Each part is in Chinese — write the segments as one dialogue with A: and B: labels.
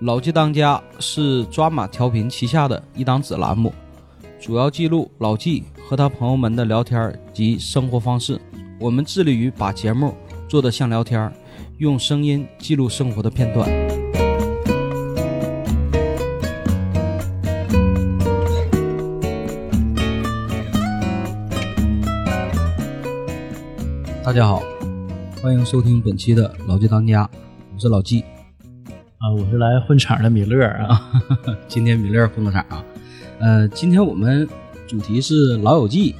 A: 老纪当家是抓马调频旗下的一档子栏目，主要记录老纪和他朋友们的聊天儿及生活方式。我们致力于把节目做得像聊天儿，用声音记录生活的片段。大家好，欢迎收听本期的老纪当家，我是老纪。
B: 啊，我是来混场的米勒啊，
A: 今天米勒工作场啊，呃，今天我们主题是《老友记》，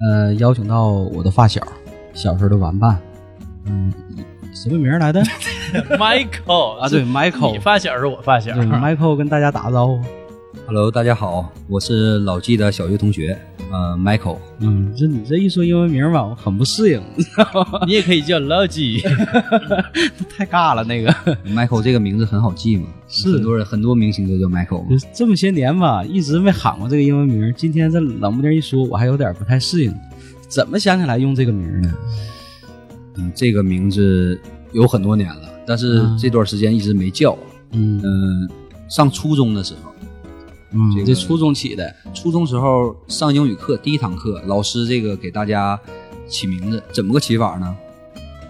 A: 呃，邀请到我的发小，小时候的玩伴，嗯，什么名儿来的
B: ，Michael
A: 啊？对
B: 你
A: ，Michael，
B: 发小是我发小
A: 对，，Michael 跟大家打个招呼。
C: Hello，大家好，我是老纪的小学同学，呃，Michael。
A: 嗯，这你这一说英文名吧，我很不适应，
B: 你也可以叫 Logi，
A: 太尬了那个。
C: Michael 这个名字很好记嘛，
A: 是
C: 很多人很多明星都叫 Michael 嘛。
A: 就是这么些年吧，一直没喊过这个英文名儿。今天这冷不丁一说，我还有点不太适应，怎么想起来用这个名儿呢？
C: 嗯，这个名字有很多年了，但是
A: 嗯
C: 这段时间一直没叫。
A: 嗯
C: 嗯、上初中的时候，
A: 嗯，
C: 这个
A: 这初中起的，
C: 初中时候上英语课第一堂课，老师这个给大家起名字，怎么个起法呢？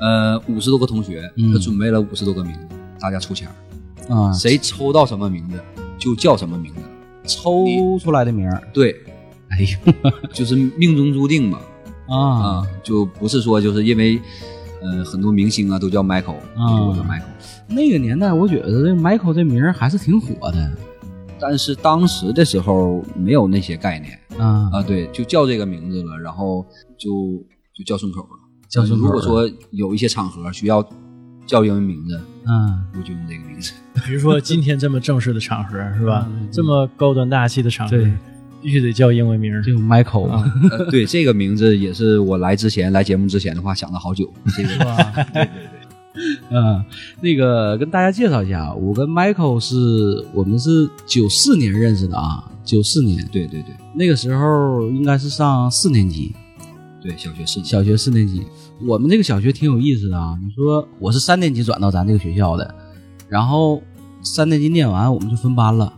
C: 呃，五十多个同学，
A: 嗯
C: 他准备了五十多个名字，大家抽签儿，
A: 啊，
C: 谁抽到什么名字就叫什么名字。
A: 抽出来的名儿。
C: 对，
A: 哎呦，
C: 就是命中注定嘛。
A: 啊
C: 啊，，就不是说就是因为，呃，很多明星啊都叫 Michael，
A: 啊
C: 都叫 Michael。
A: 那个年代我觉得这 Michael 这名儿还是挺火的
C: 但是当时的时候没有那些概念
A: 啊
C: 啊，对，就叫这个名字了，然后就就叫顺口了。
A: 叫顺口了
C: 如果说有一些场合需要叫英文名字，
A: 啊，
C: 我就用这个名字。
B: 比如说今天这么正式的场合是吧
A: 嗯？
B: 这么高端大气的场合
A: 对，
B: 必须得叫英文名儿。
A: 这个 Michael
B: 啊
C: 呃对，这个名字也是我来之前来节目之前的话想了好久。这个
A: 嗯，啊那个跟大家介绍一下，我跟 Michael 是我们是九四年认识的啊，九四年
C: 对对对
A: 那个时候应该是上四年级，
C: 对，小学四年，
A: 小学四年级。我们这个小学挺有意思的啊，你说我是三年级转到咱这个学校的，然后三年级念完我们就分班了。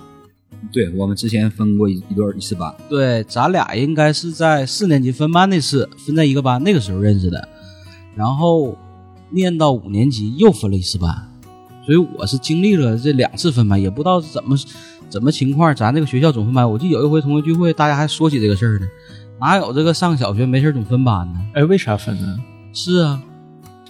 C: 对我们之前分过一一段一次班，
A: 对，咱俩应该是在四年级分班那次分在一个班，那个时候认识的，然后念到五年级又分了一次班，所以我是经历了这两次分班，也不知道是怎么怎么情况，咱这个学校总分班。我记得有一回同学聚会，大家还说起这个事儿呢，哪有这个上小学没事儿总分班呢？
B: 哎，为啥分呢？
A: 是啊，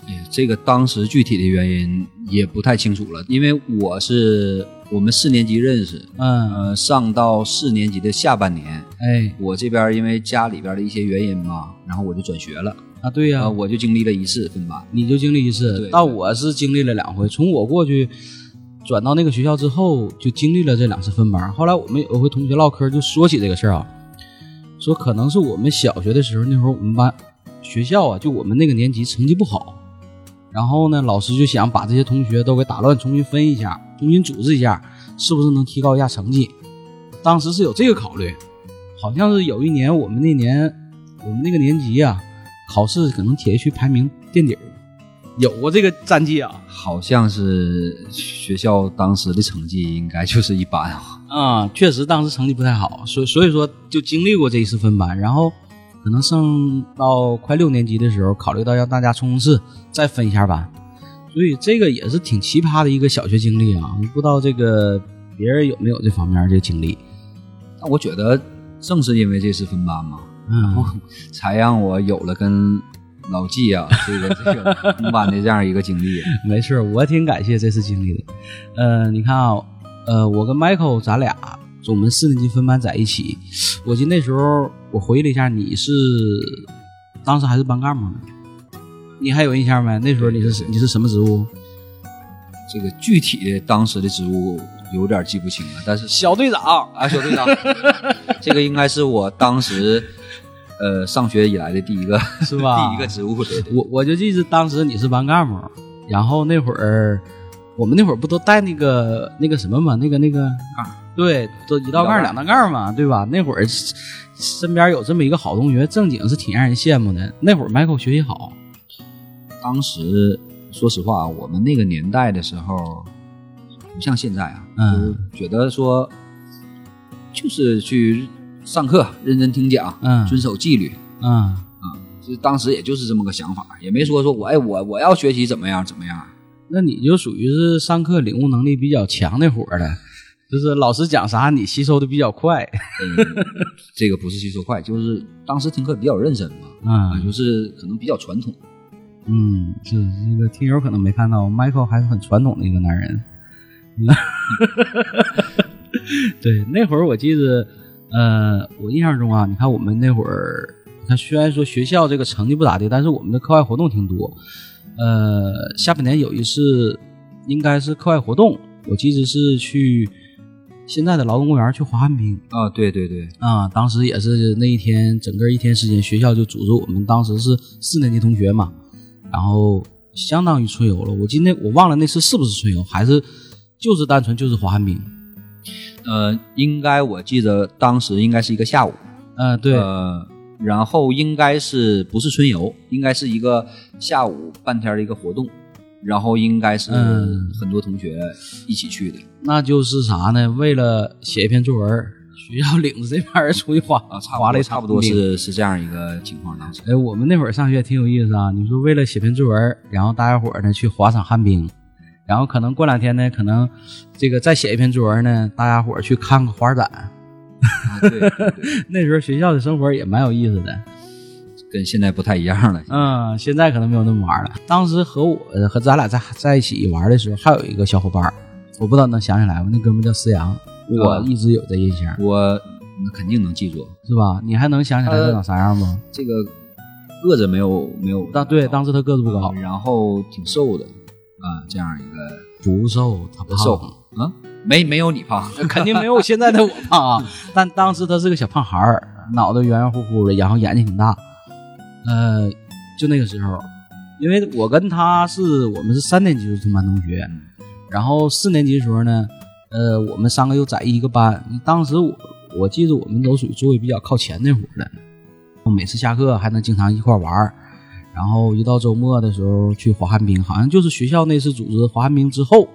C: 哎呀，这个当时具体的原因也不太清楚了，因为我是我们四年级认识，
A: 嗯，
C: 呃，上到四年级的下半年，
A: 哎，
C: 我这边因为家里边的一些原因吧，然后我就转学了，
A: 啊对呀、
C: 呃，我就经历了一次分班，
A: 你就经历一次
C: 对，
A: 到我是经历了两回。从我过去转到那个学校之后，就经历了这两次分班。后来我们有一回同学唠嗑，就说起这个事儿啊，说可能是我们小学的时候，那会儿我们班学校啊，就我们那个年级成绩不好，然后呢，老师就想把这些同学都给打乱，重新分一下，重新组织一下，是不是能提高一下成绩？当时是有这个考虑，好像是有一年我们那年我们那个年级呀、考试可能铁一区排名垫底儿，有过这个战绩啊
C: 好像是学校当时的成绩应该就是一般啊，
A: 啊、确实当时成绩不太好，所以所以说就经历过这一次分班，然后可能上到快六年级的时候，考虑到让大家冲冲刺，再分一下班，所以这个也是挺奇葩的一个小学经历啊，不知道这个别人有没有这方面这个经历，
C: 但我觉得正是因为这次分班嘛，
A: 嗯
C: 才让我有了跟老纪啊这个这个同班的这样一个经历。啊
A: 没事儿，我挺感谢这次经历的。呃，你看啊，呃，我跟 Michael 咱俩我们四年级分班在一起，我记得那时候我回忆了一下，你是当时还是班干部呢，你还有印象没？那时候你是
C: 对对对
A: 你是什么职务？
C: 这个具体的当时的职务有点记不清了，但是
A: 小队长。
C: 啊，小 队长，这个应该是我当时呃上学以来的第一个
A: 是吧
C: 第一个职务，对对
A: 我我就记得当时你是班干部，然后那会儿我们那会儿不都带那个那个什么嘛，那个那个
C: 杠，
A: 对，都一道杠
C: 啊一道杠
A: 两道杠嘛，对吧？那会儿身边有这么一个好同学，正经是挺让人羡慕的。那会儿 Michael 学习好，
C: 当时说实话，我们那个年代的时候，不像现在啊，
A: 嗯
C: 就觉得说就是去上课认真听讲，
A: 嗯
C: 遵守纪律，啊
A: 嗯
C: 就当时也就是这么个想法，也没说说我哎我我要学习怎么样怎么样，
A: 那你就属于是上课领悟能力比较强那伙儿了，就是老师讲啥你吸收的比较快。
C: 嗯，这个不是吸收快，就是当时听课比较认真嘛，啊，
A: 嗯
C: 就是可能比较传统，
A: 嗯，是那个听友可能没看到，Michael 还是很传统的一个男人。 对，那会儿我记得，呃，我印象中啊，你看我们那会儿，你看虽然说学校这个成绩不咋地，但是我们的课外活动挺多。呃，下半年有一次应该是课外活动，我记得是去现在的劳动公园去滑旱冰。
C: 啊，对对对，
A: 啊、当时也是那一天，整个一天时间，学校就组织我们当时是四年级同学嘛，然后相当于春游了。我今天我忘了那次是不是春游，还是就是单纯就是滑旱冰。
C: 呃，应该我记得当时应该是一个下午，
A: 呃，对，
C: 呃，然后应该是不是春游，应该是一个下午半天的一个活动，然后应该是
A: 嗯
C: 很多同学一起去的、
A: 那就是啥呢？为了写一篇作文，学校领着这帮人出去滑
C: 啊，差不多
A: 滑了一场
C: 差不多
A: 旱冰
C: 是是这样一个情况，当时
A: 哎，我们那会儿上学也挺有意思啊。你说为了写篇作文，然后大家伙儿呢去滑场旱冰，然后可能过两天呢，可能这个再写一篇作文呢，大家伙儿去看个花展。
C: 啊对对对
A: 那时候学校的生活也蛮有意思的。
C: 跟现在不太一样了。
A: 嗯，现在可能没有那么玩了。当时和我和咱俩在在一起玩的时候，还有一个小伙伴儿，我不知道你能想起来吗？那哥们叫思阳，我一直有这印象，
C: 我那肯定能记住，
A: 是吧？你还能想起来他长啥样吗？
C: 这个个子没有没有
A: 当对，当时他个子不高，
C: 然后挺瘦的啊，这样一个
A: 不瘦，他胖，
C: 瘦啊，没没有你 胖，
A: 肯定没有现在的我胖啊。但当时他是个小胖孩儿，脑袋圆圆乎乎的，然后眼睛挺大。呃，就那个时候，因为我跟他是我们是三年级就是同班同学，然后四年级的时候呢，呃，我们三个又在一个班。当时我我记得我们都属于座位比较靠前那伙儿的，每次下课还能经常一块儿玩儿。然后一到周末的时候去滑旱冰，好像就是学校那次组织滑旱冰之后，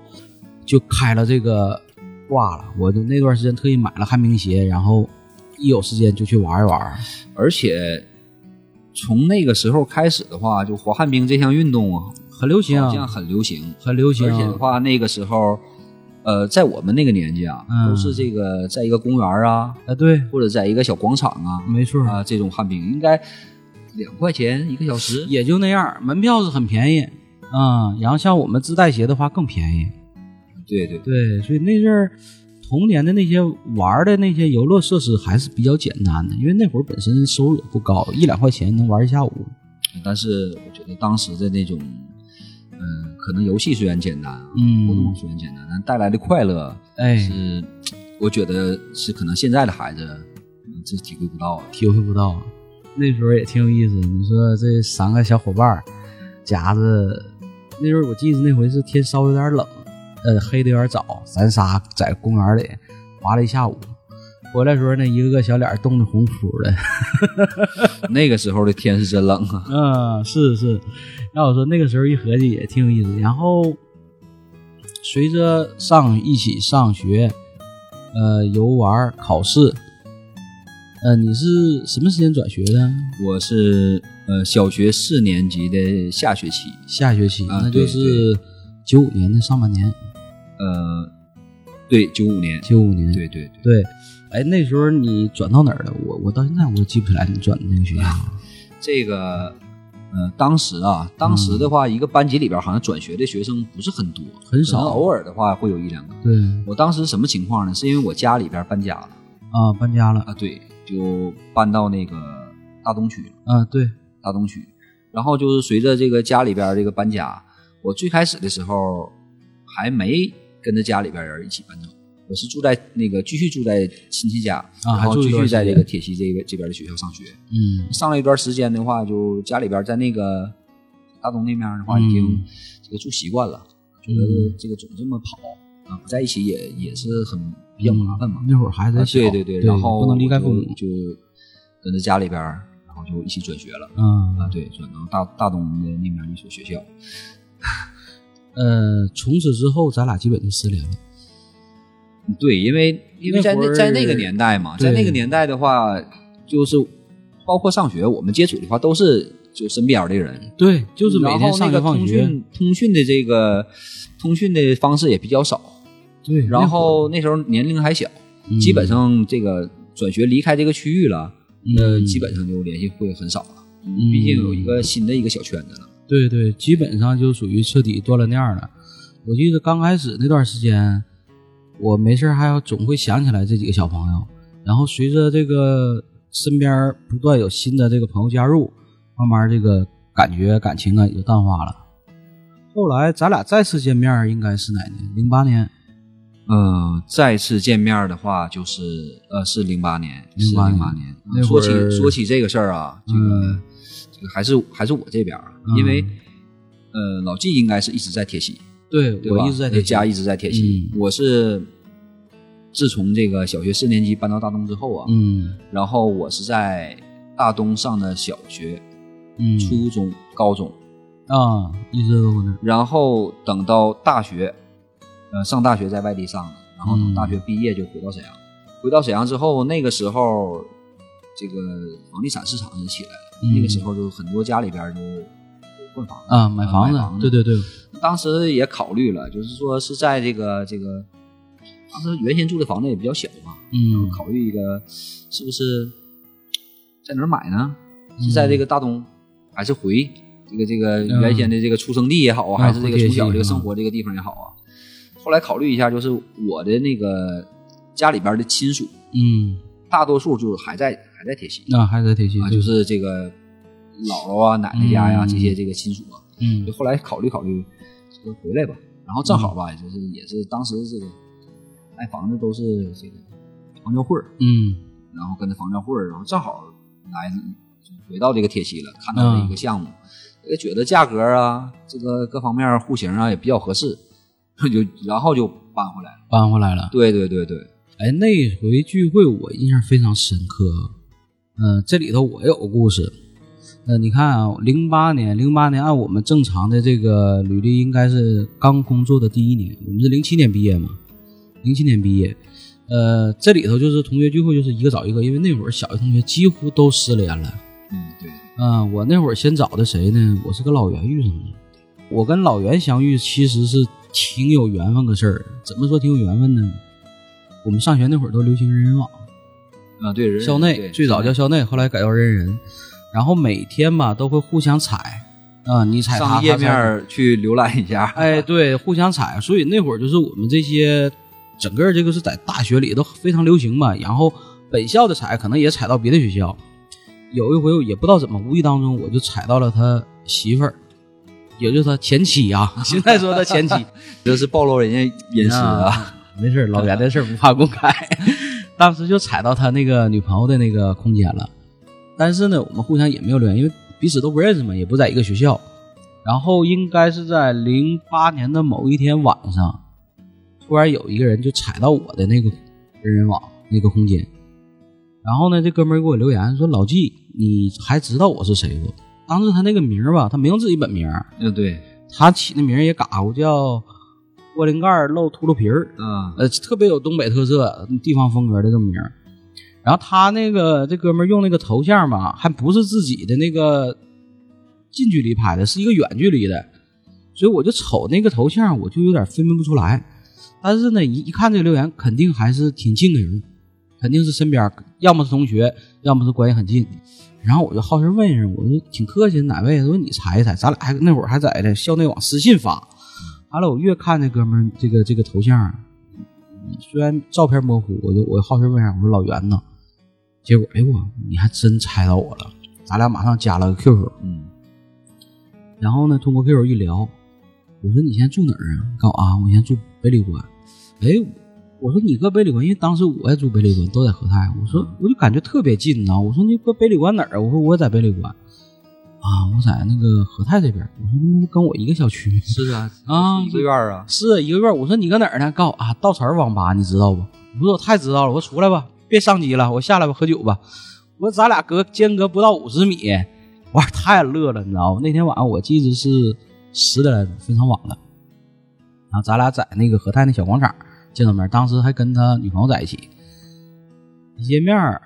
A: 就开了这个挂了。我就那段时间特意买了旱冰鞋，然后一有时间就去玩一玩。
C: 而且从那个时候开始的话，就滑旱冰这项运动啊，
A: 很流行啊
C: 好像很流行。
A: 很流行
C: 而且的话，那个时候，呃，在我们那个年纪啊，
A: 嗯
C: 都是这个在一个公园啊，
A: 啊，对，
C: 或者在一个小广场啊
A: 没错，
C: 啊这种旱冰，应该两块钱一个小时。
A: 也就那样。门票是很便宜，嗯，然后像我们自带鞋的话更便宜。
C: 对对对，
A: 对，所以那阵儿童年的那些玩的那些游乐设施还是比较简单的，因为那会儿本身收入也不高，一两块钱能玩一下午。
C: 但是我觉得当时的那种，嗯、可能游戏虽然简单啊，
A: 嗯
C: 活动虽然简单，但带来的快乐
A: 哎，
C: 是，我觉得是可能现在的孩子嗯这体会不到的。
A: 体会不到。啊那时候也挺有意思，你说这三个小伙伴儿夹着，那时候我记得那回是天稍微有点冷，呃，黑的有点早，咱仨在公园里滑了一下午，回来的时候呢，一个个小脸儿冻得红扑 的。
C: 那个时候的天是真冷啊，
A: 嗯，是是，要我说那个时候一合计也挺有意思。然后随着上一起上学，呃，游玩、考试，呃，你是什么时间转学的？
C: 我是呃小学四年级的下学期，
A: 下学期，
C: 啊
A: 那
C: 对
A: 就是九五年的上半年，
C: 呃，对，九五年，
A: 九五年，
C: 对对对，
A: 对哎，那时候你转到哪儿了？我我到现在我都记不起来你转的那个学校。
C: 这个呃当时啊，当时的话，一个班级里边好像转学的学生不是很多，
A: 很少
C: 可能偶尔的话会有一两个。
A: 对
C: 我当时什么情况呢？是因为我家里边搬家了
A: 啊，搬家了
C: 啊，对，就搬到那个大东区了。
A: 啊，对，
C: 大东区。然后就是随着这个家里边儿这个搬家，我最开始的时候还没跟着家里边儿人一起搬走，我是住在那个继续住在亲戚家，
A: 啊
C: 然
A: 还
C: 后
A: 住一
C: 继
A: 段
C: 续
A: 时间
C: 在这个铁西这个这边的学校上学。
A: 嗯
C: 上了一段时间的话，就家里边儿在那个大东那边儿的话，已经
A: 嗯
C: 这个住习惯了，觉
A: 嗯
C: 得这个总这么跑啊，不在一起也也是很比较麻烦嘛。
A: 那会儿孩子
C: 啊
A: 还小，
C: 对对对，然
A: 嗯
C: 后
A: 不能离开父母
C: 我，就就跟着家里边儿，然后就一起转学了。
A: 嗯
C: 啊，对，转到大大东的那边一所学校。
A: 呃，从此之后咱俩基本就失联了。
C: 对，因为因为在
B: 那会
C: 那
B: 儿
C: 在那个年代嘛，
A: 对
C: 在那个年代的话，就是包括上学，我们接触的话都是就身边的人，
A: 对，就是每
C: 然
A: 天
C: 后
A: 上
C: 那
A: 学
C: 个
A: 放
C: 通
A: 学，
C: 讯通讯的这个通讯的方式也比较少，
A: 对，
C: 然后那时候年龄还小，
A: 嗯
C: 基本上这个转学离开这个区域了，呃，
A: 嗯
C: 基本上就联系会很少了，
A: 嗯
C: 毕竟有一个新的一个小圈子了。
A: 对对，基本上就属于彻底断了念儿了。我记得刚开始那段时间，我没事儿还要总会想起来这几个小朋友，然后随着这个身边儿不断有新的这个朋友加入，慢慢这个感觉感情啊也就淡化了。后来咱俩再次见面儿应该是哪年？零八年，
C: 呃，再次见面的话，就是呃，是零八年，是零
A: 08年
C: 八年。啊
A: 那会
C: 说
A: 儿
C: 起说起这个事儿啊，这个、
A: 嗯
C: 这个还是还是我这边儿，因为呃，老纪应该是一直在铁西，
A: 对
C: 对吧？
A: 我一直在嗯
C: 呃家一直在铁西。我是自从这个小学四年级搬到大东之后啊，
A: 嗯
C: 然后我是在大东上的小学、
A: 嗯
C: 初中、高中，
A: 啊，一直都搁那儿
C: 然后等到大学，呃，上大学在外地上的，然后等大学毕业就回到沈阳。回到沈阳之后，那个时候，这个房地产市场也起来了。
A: 嗯
C: 那个时候就很多家里边都换房子
A: 啊，买
C: 呃
A: 房
C: 子，
A: 子，对对嗯对，
C: 当时也考虑了，就是说是在这个这个，当时原先住的房子也比较小嘛，
A: 嗯
C: 考虑一个是不是在哪儿买呢？是在这个大东，还是回这个这个
A: 嗯
C: 原先的这个出生地也好啊，
A: 啊
C: 还是这个
A: 回
C: 从
A: 铁西
C: 小这个
A: 嗯
C: 生活这个地方也好啊？后来考虑一下，就是我的那个家里边的亲属，
A: 嗯，
C: 大多数就是还在还在铁西
A: 那、还在铁西，
C: 啊，
A: 对
C: 就是这个姥姥啊、奶奶家呀、
A: 嗯
C: 这些这个亲属啊。
A: 嗯
C: 就后来考虑考虑，说回来吧。然后正好吧，
A: 嗯
C: 就是也是当时这个卖房子都是这个房交会儿，
A: 嗯
C: 然后跟着房交会儿，然后正好来就回到这个铁西了，看到了一个项目，也觉得价格啊，这个各方面户型啊也比较合适，就然后就搬回来了。
A: 搬回来了。
C: 对对对对，
A: 哎，那回聚会我印象非常深刻。嗯、这里头我有个故事。呃，你看啊，零八年，零八年按我们正常的这个履历，应该是刚工作的第一年。我们是零七年毕业嘛，零七年毕业。呃，这里头就是同学聚会，就是一个找一个，因为那会儿小学同学几乎都失联了。
C: 嗯对，
A: 嗯，我那会儿先找的谁呢？我是跟老袁遇上的。我跟老袁相遇其实是挺有缘分个事儿。怎么说挺有缘分呢？我们上学那会儿都流行人人网，
C: 啊对，人
A: 校内最早叫校内，后来改叫人人。然后每天吧都会互相踩，啊、你踩他，
C: 上
A: 他
C: 页
A: 踩你
C: 面儿去浏览一下。
A: 哎，对，互相踩。所以那会儿就是我们这些整个这个是在大学里都非常流行嘛。然后本校的踩可能也踩到别的学校。有一回我也不知道怎么，无意当中我就踩到了他媳妇儿，也就是他前妻啊。 现在说他前妻，
C: 这是暴露人家隐私啊！
A: 啊，没事儿，老袁的事儿不怕公 开。当时就踩到他那个女朋友的那个空间了，但是呢，我们互相也没有留言，因为彼此都不认识嘛，也不在一个学校。然后应该是在零八年的某一天晚上，突然有一个人就踩到我的那个人人网那个空间，然后呢，这哥们儿给我留言说：“老纪，你还知道我是谁不？”当时他那个名儿吧，他没有自己本名儿，
C: 嗯对，
A: 他起的名儿也嘎咕，叫锅灵盖儿露秃噜皮儿。
C: 嗯
A: 呃，特别有东北特色、地方风格的这么名儿。然后他那个这哥们儿用那个头像吧，还不是自己的那个近距离拍的，是一个远距离的，所以我就瞅那个头像，我就有点分辨不出来。但是呢，一一看这个留言，肯定还是挺近的人，肯定是身边儿，要么是同学，要么是关系很近。然后我就好奇问一声，我就挺客气，哪位？他说你查一查，咱俩还那会儿还在这校内网私信发。完了，我越看这哥们儿这个这个头像啊，虽然照片模糊，我就我好奇问一下，我说老袁呢？结果哎呦我，你还真猜到我了，咱俩马上加了个 QQ。
C: 嗯
A: 然后呢，通过 QQ 一聊，我说你现在住哪儿啊？告诉我啊，我现在住北理关。哎，我说你搁北理关，因为当时我也住北理关，都在和泰。我说我就感觉特别近呢。我说你搁北理关哪儿啊？我说我在北理关。啊，我在那个和泰这边。我说那跟我一个小区。
C: 是啊
A: 啊
C: 一个院儿啊，
A: 是一个月。我说你搁哪儿呢？告诉我啊，稻草人网吧，你知道不？我说我太知道了。我说出来吧，别上机了，我下来吧，喝酒吧。我说咱俩隔间隔不到五十米，玩太乐了，你知道吗？那天晚上我记得是十点来钟，非常晚了。然后咱俩在那个和泰那小广场见到面，当时还跟他女朋友在一起。一见面儿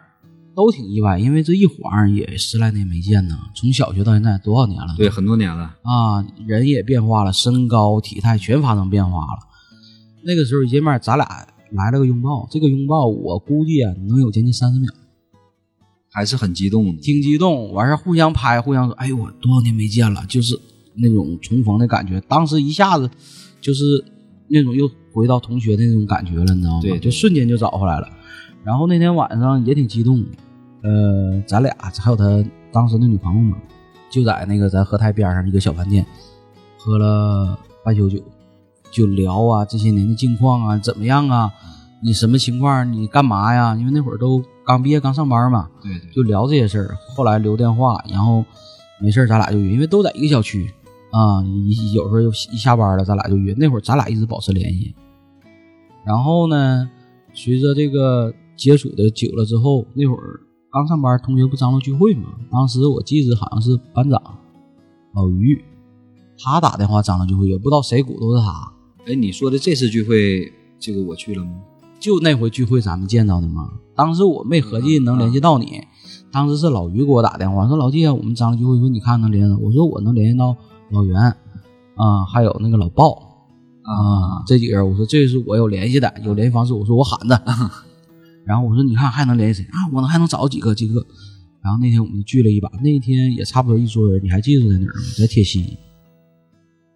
A: 都挺意外，因为这一晃也十来年没见呢，从小学到现在多少年了？
C: 对，很多年了，
A: 啊，人也变化了，身高体态全发生变化了。那个时候一见面，咱俩来了个拥抱，这个拥抱我估计啊能有将近三十秒，
C: 还是很激动的。
A: 挺激动，完事儿互相拍，互相说：“哎呦，我多少年没见了，就是那种重逢的感觉。”当时一下子就是那种又回到同学的那种感觉了，你知道吗？
C: 对对
A: 就瞬间就找回来了。然后那天晚上也挺激动，呃，咱俩还有他当时的女朋友嘛，就在那个咱河台边上一个小饭店喝了半宿酒，就聊啊这些年的近况啊，怎么样啊，你什么情况，你干嘛呀？因为那会儿都刚毕业刚上班嘛，
C: 对对，
A: 就聊这些事儿。后来留电话，然后没事儿咱俩就约，因为都在一个小区啊、一有时候就一下班了，咱俩就约。那会儿咱俩一直保持联系。然后呢，随着这个接触的久了之后，那会儿刚上班，同学不张罗聚会嘛？当时我记得好像是班长老于，他打电话张罗聚会，也不知道谁鼓捣的他。
C: 哎，你说的这次聚会，这个我去了吗？
A: 就那回聚会咱们见到的嘛。当时我没合计能联系到你，当时是老于给我打电话说老季啊，我们张罗聚会说你看能联系到，我说我能联系到老袁啊、还有那个老鲍啊、这几个人，我说这是我有联系的，有联系方式，我说我喊的， 然后我说你看还能联系谁啊？我能还能找几个几个。然后那天我们就聚了一把，那天也差不多一桌人，你还记住在哪儿吗？在铁西。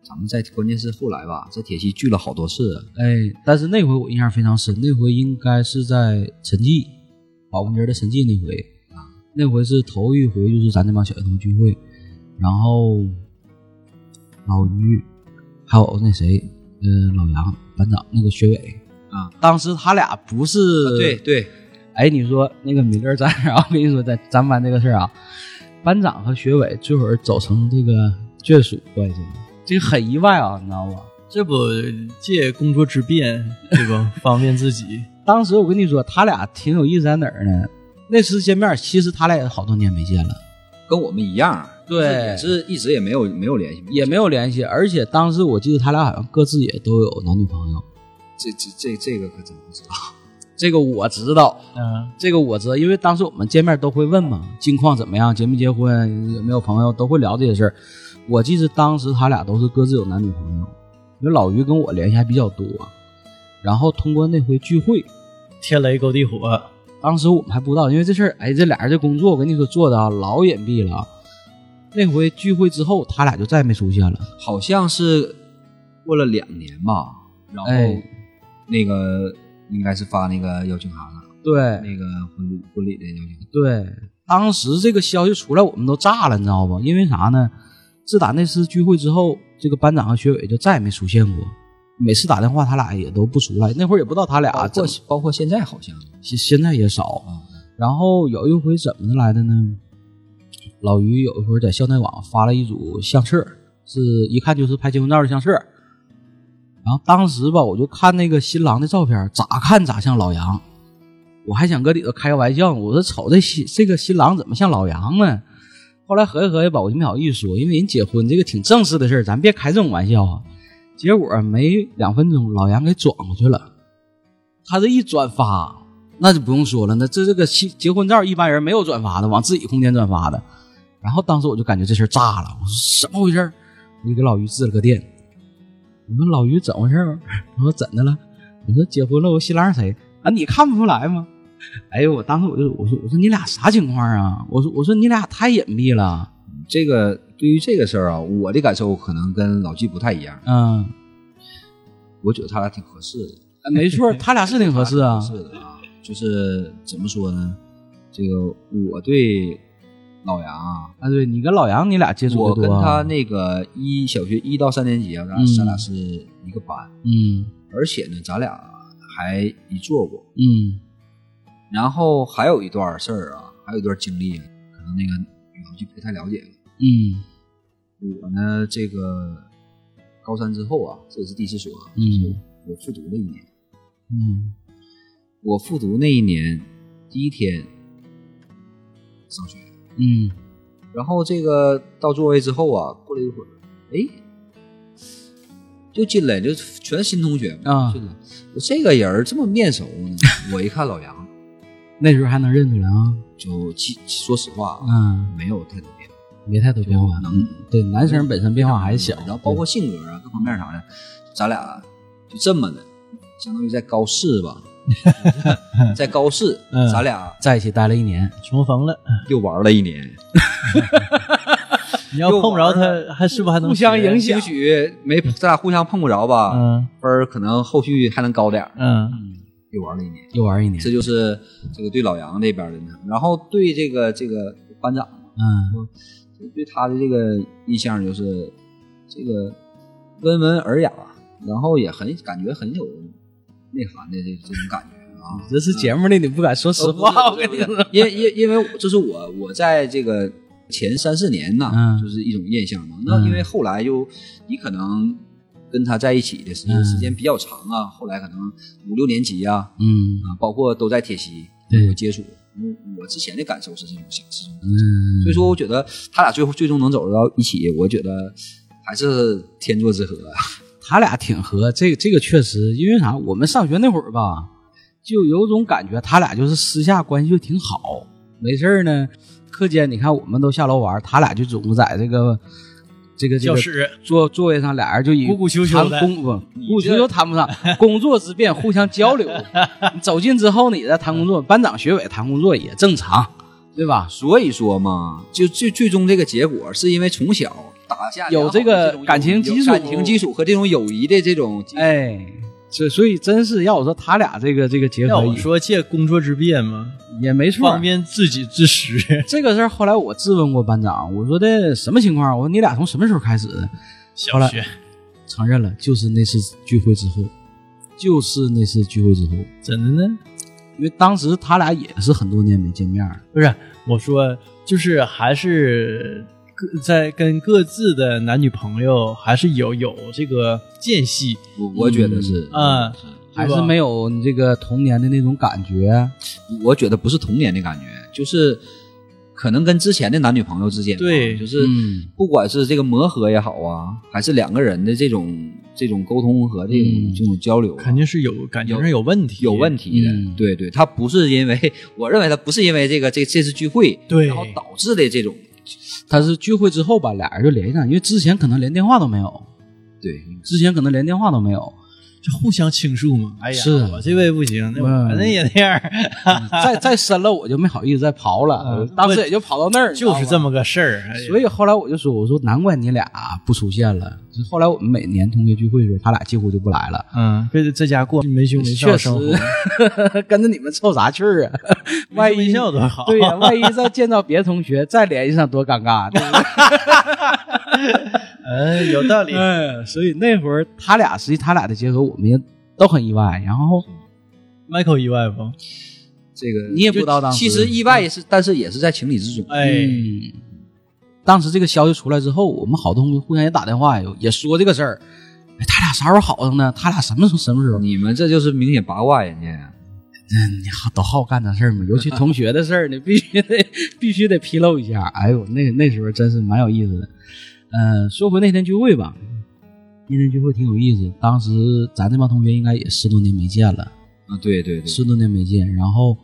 C: 咱们在关键是后来吧，在铁西聚了好多次啊，
A: 哎，但是那回我印象非常深，那回应该是在陈记，保不明儿的陈记那回啊，那回是头一回，就是咱这帮小学同聚会，然后老于，还有那谁，呃，老杨班长那个学伟
C: 啊，
A: 当时他俩不是、
C: 对，对，
A: 哎，你说那个米粒儿在 哪儿啊？我跟你说，在咱班这个事儿啊，班长和学伟最后走成这个眷属关系了，这个很意外啊，你知道吗？
B: 这不借工作之便，对吧？ 方便自己。
A: 当时我跟你说，他俩挺有意思在哪儿呢？那次见面，其实他俩也好多年没见了，
C: 跟我们一样，啊
A: 对
C: 就是也是一直也没有没有联系，
A: 也没有联系。而且当时我记得他俩好像各自也都有男女朋友，
C: 这这这这个可真不知道。
A: 这个我知道，
B: 嗯，
A: 这个我知道，因为当时我们见面都会问嘛，近况怎么样，结没结婚，有没有朋友，都会聊这些事儿。我记得当时他俩都是各自有男女朋友，因为老于跟我联系还比较多，然后通过那回聚会，
B: 天雷勾地火，
A: 当时我们还不知道，因为这事儿，哎，这俩人这工作，我跟你说做的啊，老隐蔽了啊。那回聚会之后，他俩就再也没出现了。
C: 好像是过了两年吧，然后、
A: 哎
C: 那个应该是发那个邀请函了，
A: 对
C: 那个婚礼婚礼的邀请函。
A: 对，当时这个消息出来，我们都炸了，你知道不？因为啥呢？自打那次聚会之后，这个班长和学委就再也没出现过。每次打电话，他俩也都不出来。那会儿也不知道他俩
C: 包
A: 啊怎
C: 括
A: 么，
C: 包括现在好像
A: 现现在也少。
C: 啊，
A: 然后有一回怎么来的呢？老于有一回在校内网发了一组相册，是一看就是拍结婚照的相册。然后当时吧，我就看那个新郎的照片，咋看咋像老杨。我还想搁里头开个玩笑，我说瞅这新这个新郎怎么像老杨呢？后来合计合计吧，我就没好意思说，因为人结婚这个挺正式的事儿，咱别开这种玩笑啊。结果没两分钟，老杨给转过去了。他这一转发，那就不用说了，那这这个新结婚照一般人没有转发的，往自己空间转发的。然后当时我就感觉这事儿炸了，我说怎么回事儿？我就给老于致了个电，我说老于怎么回事儿？我说怎的了？你说结婚了，我新郎是谁啊？你看不出来吗？哎呦，我当时我就我说我说你俩啥情况啊？我说我说你俩太隐蔽了，
C: 这个对于这个事儿啊，我的感受可能跟老纪不太一样，
A: 嗯，
C: 我觉得他俩挺合适的，
A: 啊没 错，他俩是挺合适啊，
C: 合适的啊，就是怎么说呢？这个我对老杨啊，
A: 啊，对你跟老杨你俩接触的
C: 我
A: 多
C: 跟
A: 啊，
C: 他那个一小学一到三年级啊，咱俩
A: 嗯
C: 咱俩是一个班，
A: 嗯
C: 而且呢，咱俩还一坐过。
A: 嗯
C: 然后还有一段事儿啊，还有一段经历，可能那个女老纪不太了解了。
A: 嗯
C: 我呢，这个高三之后啊，这也是第一次说啊，
A: 嗯
C: 我复读了一年。
A: 嗯
C: 我复读那一年第一天上学，
A: 嗯
C: 然后这个到座位之后啊，过了一会儿，哎，就进来，就全新同学嘛
A: 啊
C: 进来，我这个人儿这么面熟呢， 我一看老杨，
A: 那时候还能认出来啊？
C: 就其其说实话啊，
A: 嗯，
C: 没有太多变化，
A: 没太多变化。
C: 能
A: 对，男生本身变化还小，
C: 然后包括性格啊各方面啥的，咱俩就这么的，相当于在高四吧，在高四
B: 嗯
C: 咱俩
A: 在一起待了一年，
B: 重逢了，
C: 又玩了一年，
B: 你要碰不着他，还是不是还能
A: 互相
B: 学
A: 影响
C: 兴许没咱俩互相碰不着吧，
B: 嗯
C: 分儿可能后续还能高点儿，
B: 嗯
C: 又玩了一年。
A: 又玩一年
C: 这。就是这个对老杨那边的呢，然后对这个这个班长，
A: 嗯
C: 对他的这个印象就是这个温文尔雅，然后也很感觉很有内涵的这这种感觉啊。呃
A: 这是节目里你不敢说 实话，我跟你
C: 说，因为因为因为这是我我在这个前三四年呢，
A: 嗯
C: 就是一种印象嘛。那因为后来就你可能跟他在一起的时
A: 嗯
C: 时间比较长啊，后来可能五六年级啊，
A: 嗯
C: 啊，包括都在铁西
A: 对
C: 有接触。我我之前的感受是这种形式，
A: 嗯，
C: 所以说我觉得他俩最后最终能走到一起，我觉得还是天作之合啊。
A: 他俩挺合，这个这个确实，因为啥？我们上学那会儿吧，就有种感觉，他俩就是私下关系就挺好，没事儿呢。课间你看我们都下楼玩，他俩就总在这个这个这
B: 教
A: 个
B: 室
A: 座座位上，俩人就以
B: 咕咕羞羞的
A: 谈工不咕咕羞羞谈不 上，工作之便互相交流。你走近之后，你再谈工作，班长学委谈工作也正常，对吧？
C: 所以说嘛，就最最终这个结果，是因为从小打下
A: 有这个感情基础
C: 感情基础和这种友谊的这种基础
A: 哎，所所以真是要我说，他俩这个这个结
B: 要
A: 合
B: 我说借工作之便嘛，
A: 也没错
B: 方。便自己之时，
A: 这个事儿后来我质问过班长，我说的什么情况？啊我说你俩从什么时候开始的？
B: 小学
A: 承认了，就是那次聚会之后，就是那次聚会之后，
B: 怎的呢？
A: 因为当时他俩也是很多年没见面儿
B: 不是，我说就是还是各在跟各自的男女朋友还是有有这个间隙，
C: 我我觉得是，
B: 嗯
A: 还是没有你这个童年的那种感觉。
C: 我觉得不是童年的感觉，就是可能跟之前的男女朋友之间吧，
B: 对
C: 就是
A: 嗯
C: 不管是这个磨合也好啊，还是两个人的这种这种沟通和这种、
A: 嗯
C: 这种交流啊，
B: 肯定是有感情上有问题，
C: 有问
B: 题。
C: 题的。
A: 嗯
C: 对对，他不是因为，我认为他不是因为这个这这次聚会，
B: 对
C: 然后导致的这种，
A: 他是聚会之后吧，俩人就联系上，因为之前可能连电话都没有，
C: 对，
A: 之前可能连电话都没 有。
B: 就互相倾诉嘛。哎呀，
A: 是啊
B: 我这位不行，那
A: 嗯
B: 我那也那样，
A: 再再深了，我就没好意思再刨了，
B: 嗯
A: 当时也就刨到那儿，
B: 就是
A: 么。哎
B: 这么个事
C: 嗯
B: 儿。哎
A: 所以后来我就说，我说难怪你俩不出现了。就后来我们每年同学聚会的时候，他俩几乎就不来 了，
B: 嗯，非在家过没羞没
A: 确
B: 臊
A: 实
B: 生活，
A: 跟着你们凑啥趣儿啊？万
B: 没
A: 一
B: 羞没笑多好。
A: 对呀、万一再见到别的同学，再联系上多尴尬，对不 对？
B: 嗯，有道理。
A: 嗯，所以那会儿他俩实际他俩的结合，我们也都很意外。然后
B: Michael 意外不？
C: 这个
A: 你也不
C: 就
A: 知道当时
C: 其实意外是，但是也是在情理之中。
B: 哎，
A: 嗯，当时这个消息出来之后，我们好多同学互相也打电话，有也说这个事儿。哎，他俩啥时候好上呢？他俩什么时候什么时候？
C: 你们这就是明显八卦人家，
A: 嗯，你好，都好干这事儿嘛，尤其同学的事儿，你必须得 必须得披露一下。哎呦，那那时候真是蛮有意思的。呃，说回那天聚会吧，那天聚会挺有意思。当时咱这帮同学应该也十多年没见了，
C: 啊，对对对，
A: 十多年没见，然后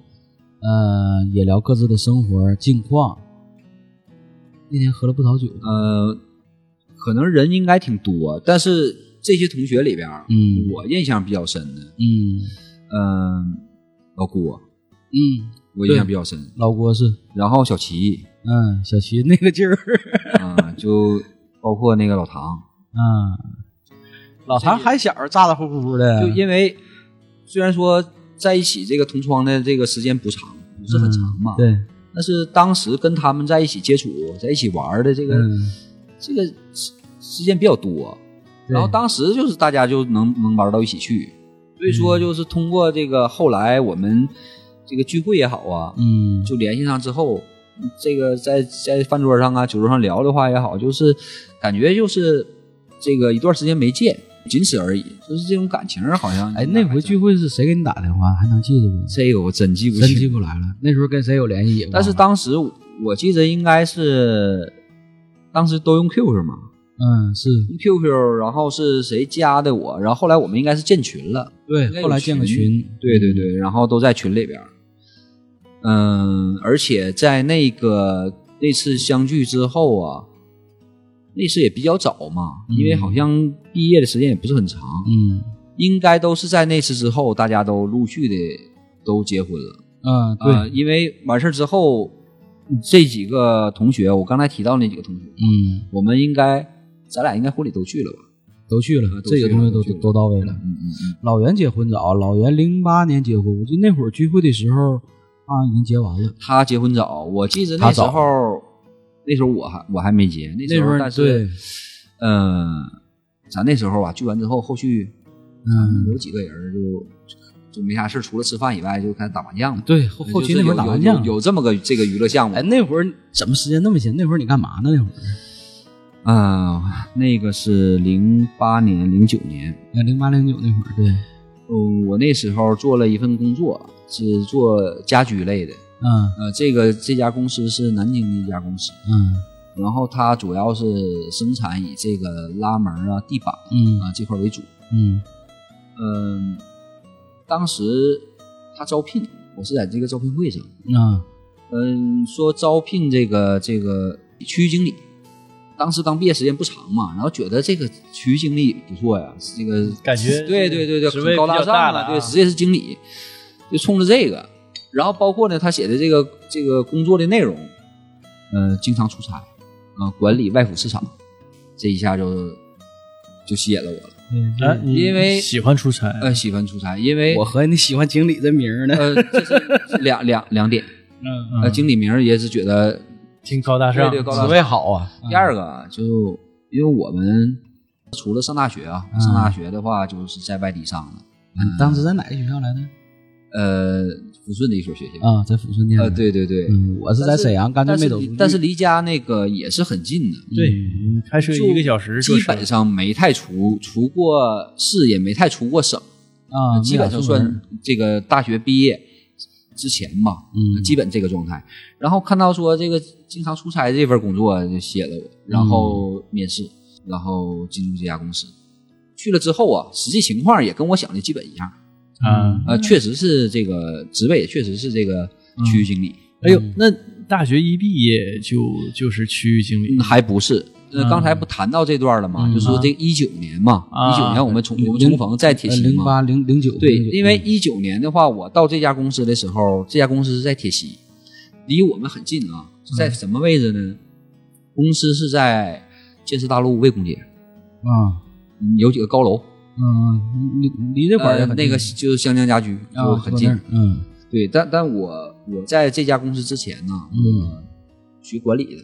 A: 呃也聊各自的生活近况。那天喝了不少酒，
C: 呃，可能人应该挺多，但是这些同学里边，
A: 嗯
C: 我印象比较深的，
A: 嗯
C: 嗯、老郭，
A: 嗯，
C: 我印象比较深，
A: 老郭是，
C: 然后小齐，
A: 嗯，小齐那个 劲儿，
C: 嗯、就包括那个 老唐，
A: 嗯，老唐还小，咋咋呼呼的，
C: 就因为虽然说在一起这个同窗的这个时间不长，不是很长嘛，
A: 嗯对，
C: 但是当时跟他们在一起接触，在一起玩的这个、
A: 嗯。
C: 这个时时间比较多，
A: 对
C: 然后当时就是大家就能能玩到一起去，所以
A: 嗯
C: 说就是通过这个后来我们这个聚会也好啊，
A: 嗯，
C: 就联系上之后。这个在在饭桌上啊、酒桌上聊的话也好，就是感觉就是这个一段时间没见，仅此而已，就是这种感情好像
A: 哎，那回聚会是谁给你打电话？还能记得不？
C: 这个我真记不
A: 真记嗯
C: 清。
A: 不来啊了。那时候跟谁有联系也忘了？
C: 但是当时我记得应该是，当时都用 QQ 嘛，
A: 嗯，是
C: QQ，然后是谁加的我，然后后来我们应该是建群了，应该
A: 对，
C: 有
A: 后来建个
C: 群
A: 群，
C: 对对对，然后都在群里边儿。嗯，而且在那个那次相聚之后啊，那次也比较早嘛，因为好像毕业的时间也不是很长，
A: 嗯
C: 应该都是在那次之后，大家都陆续的都结婚了。
A: 嗯，对，
C: 呃，因为完事儿之后，这几个同学，我刚才提到那几个同学，
A: 嗯，
C: 我们应该，咱俩应该婚礼都去了吧？
A: 都去了
C: 啊，都
A: 这个
C: 去了
A: 东西
C: 都
A: 都
C: 去了
A: 都到位了。
C: 嗯嗯嗯，
A: 老袁结婚早，老袁零八年结婚，我记得那会儿聚会的时候，啊，已经结完了。
C: 他结婚早，我记得那
A: 他
C: 时
A: 早
C: 候，那时候我还我还没结，那时
A: 那
C: 候
A: 会儿
C: 但是
A: 对，
C: 嗯、咱那时候啊，聚完之后，后续
A: 嗯，
C: 有几个人就。就没啥事儿除了吃饭以外，就开始打麻将了。
A: 对后后期那会儿打麻将
C: 有有有这么个这个娱乐项目
A: 哎，。那会儿怎么时间那么闲？那会儿你干嘛呢？那会儿，
C: 嗯，那个是零八年、零九年，
A: 那零八零九那会儿，对，
C: 嗯，我那时候做了一份工作，是做家居类的。
A: 嗯
C: 呃，这个这家公司是南京的一家公司，
A: 嗯
C: 然后它主要是生产以这个拉门啊、地板
A: 嗯
C: 啊这块为主。
A: 嗯
C: 嗯，当时他招聘，我是在这个招聘会上，
A: 嗯
C: 嗯，说招聘这个这个区域经理。当时刚毕业时间不长嘛，然后觉得这个区域经理不错呀，这个
B: 感觉
C: 对对对对，
B: 职
C: 很
B: 位
C: 高
B: 比较
C: 大上
B: 大
C: 啊
B: 了啊
C: 对，职业是经理，就冲着这个，然后包括呢，他写的这个这个工作的内容，呃，经常出差，呃，管理外府市场，这一下就就吸引了我了，
A: 对
B: 啊，你
C: 因为
B: 喜欢出差，
C: 呃，喜欢出差，因为
A: 哎我合计你喜欢经理这名儿呢。
C: 呃，这是两两两点，
A: 嗯
C: 呃，经理名儿也是觉得
B: 挺高大上，
C: 对对高大
A: 职
C: 上
A: 位好啊。
C: 第二个就因为我们除了上大学啊，
A: 嗯
C: 上大学的话就是在外地上的，
A: 嗯当时在哪个学校来着？
C: 呃，抚顺的一所学校，
A: 啊，在抚顺念的。
C: 呃，，对对对，
A: 嗯，我是在沈阳，干脆
C: 但
A: 没
C: 是
A: 走
C: 离。但是离家那个也是很近的，
B: 对
A: 嗯
B: 开车一个小时
C: 基
B: 坐车，
C: 本上没太出出过市，也没太出过省，
A: 啊，
C: 基本
A: 没
C: 上
A: 敢
C: 算
A: 出门
C: 这个大学毕业之前吧，
A: 嗯
C: 基本这个状态。然后看到说这个经常出差这份工作就写了我，然
A: 嗯
C: 后面试，然后进入这家公司。去了之后啊，实际情况也跟我想的基本一样，
B: 啊，
A: 嗯
C: 呃，确实是这个职位，也确实是这个区域经理，
B: 哎呦，
A: 嗯呃
B: 那大学一毕业就就是区域经理
C: 嗯，还不是。那刚才不谈到这段了吗？
A: 嗯
C: 就说这一九年嘛，
B: 啊
C: 一九年我们重我们
A: 零呃
C: 重逢在铁西
A: 零
C: 嘛，
A: 八零零九。
C: 对，
A: 09
C: 因为一九年的话，我到这家公司的时候，这家公司是在铁西，离我们很近啊，
A: 嗯
C: 在什么位置呢？公司是在建设大路魏公街，
A: 啊，
C: 嗯有几个高楼，
A: 嗯，离离这块儿也
C: 呃，
A: 很
C: 那
A: 近
C: 个就是湘江家居就
A: 啊
C: 很近。。
A: 嗯
C: 对，但但我我在这家公司之前呢，
A: 嗯
C: 学管理的，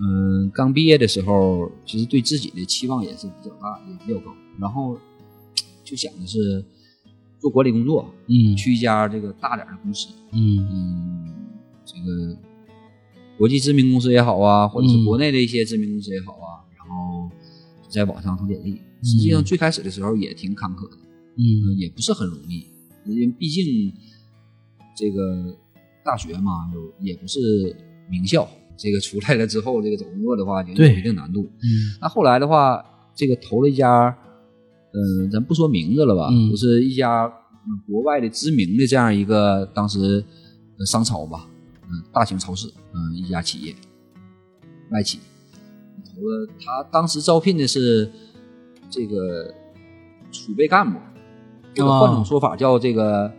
C: 嗯，刚毕业的时候，其实对自己的期望也是比较大，也比较高，然后就想的是做管理工作，
A: 嗯
C: 去一家这个大点儿的公司，
A: 嗯
C: 嗯，这个国际知名公司也好啊，或者是
A: 嗯
C: 国内的一些知名公司也好啊，然后在网上投简历。实际上最开始的时候也挺坎坷的，
A: 嗯
C: 也不是很容易，因为毕竟这个大学嘛，有也不是名校，这个出来了之后，这个找工作的话也有
B: 对
C: 一定难度。
A: 嗯
C: 那后来的话，这个投了一家，嗯、咱不说名字了吧，
A: 嗯
C: 就是一家嗯国外的知名的这样一个当时呃商超吧，嗯、大型超市，嗯、一家企业，外企，投了他当时招聘的是这个储备干部，这个
A: 哦
C: 换种说法叫这个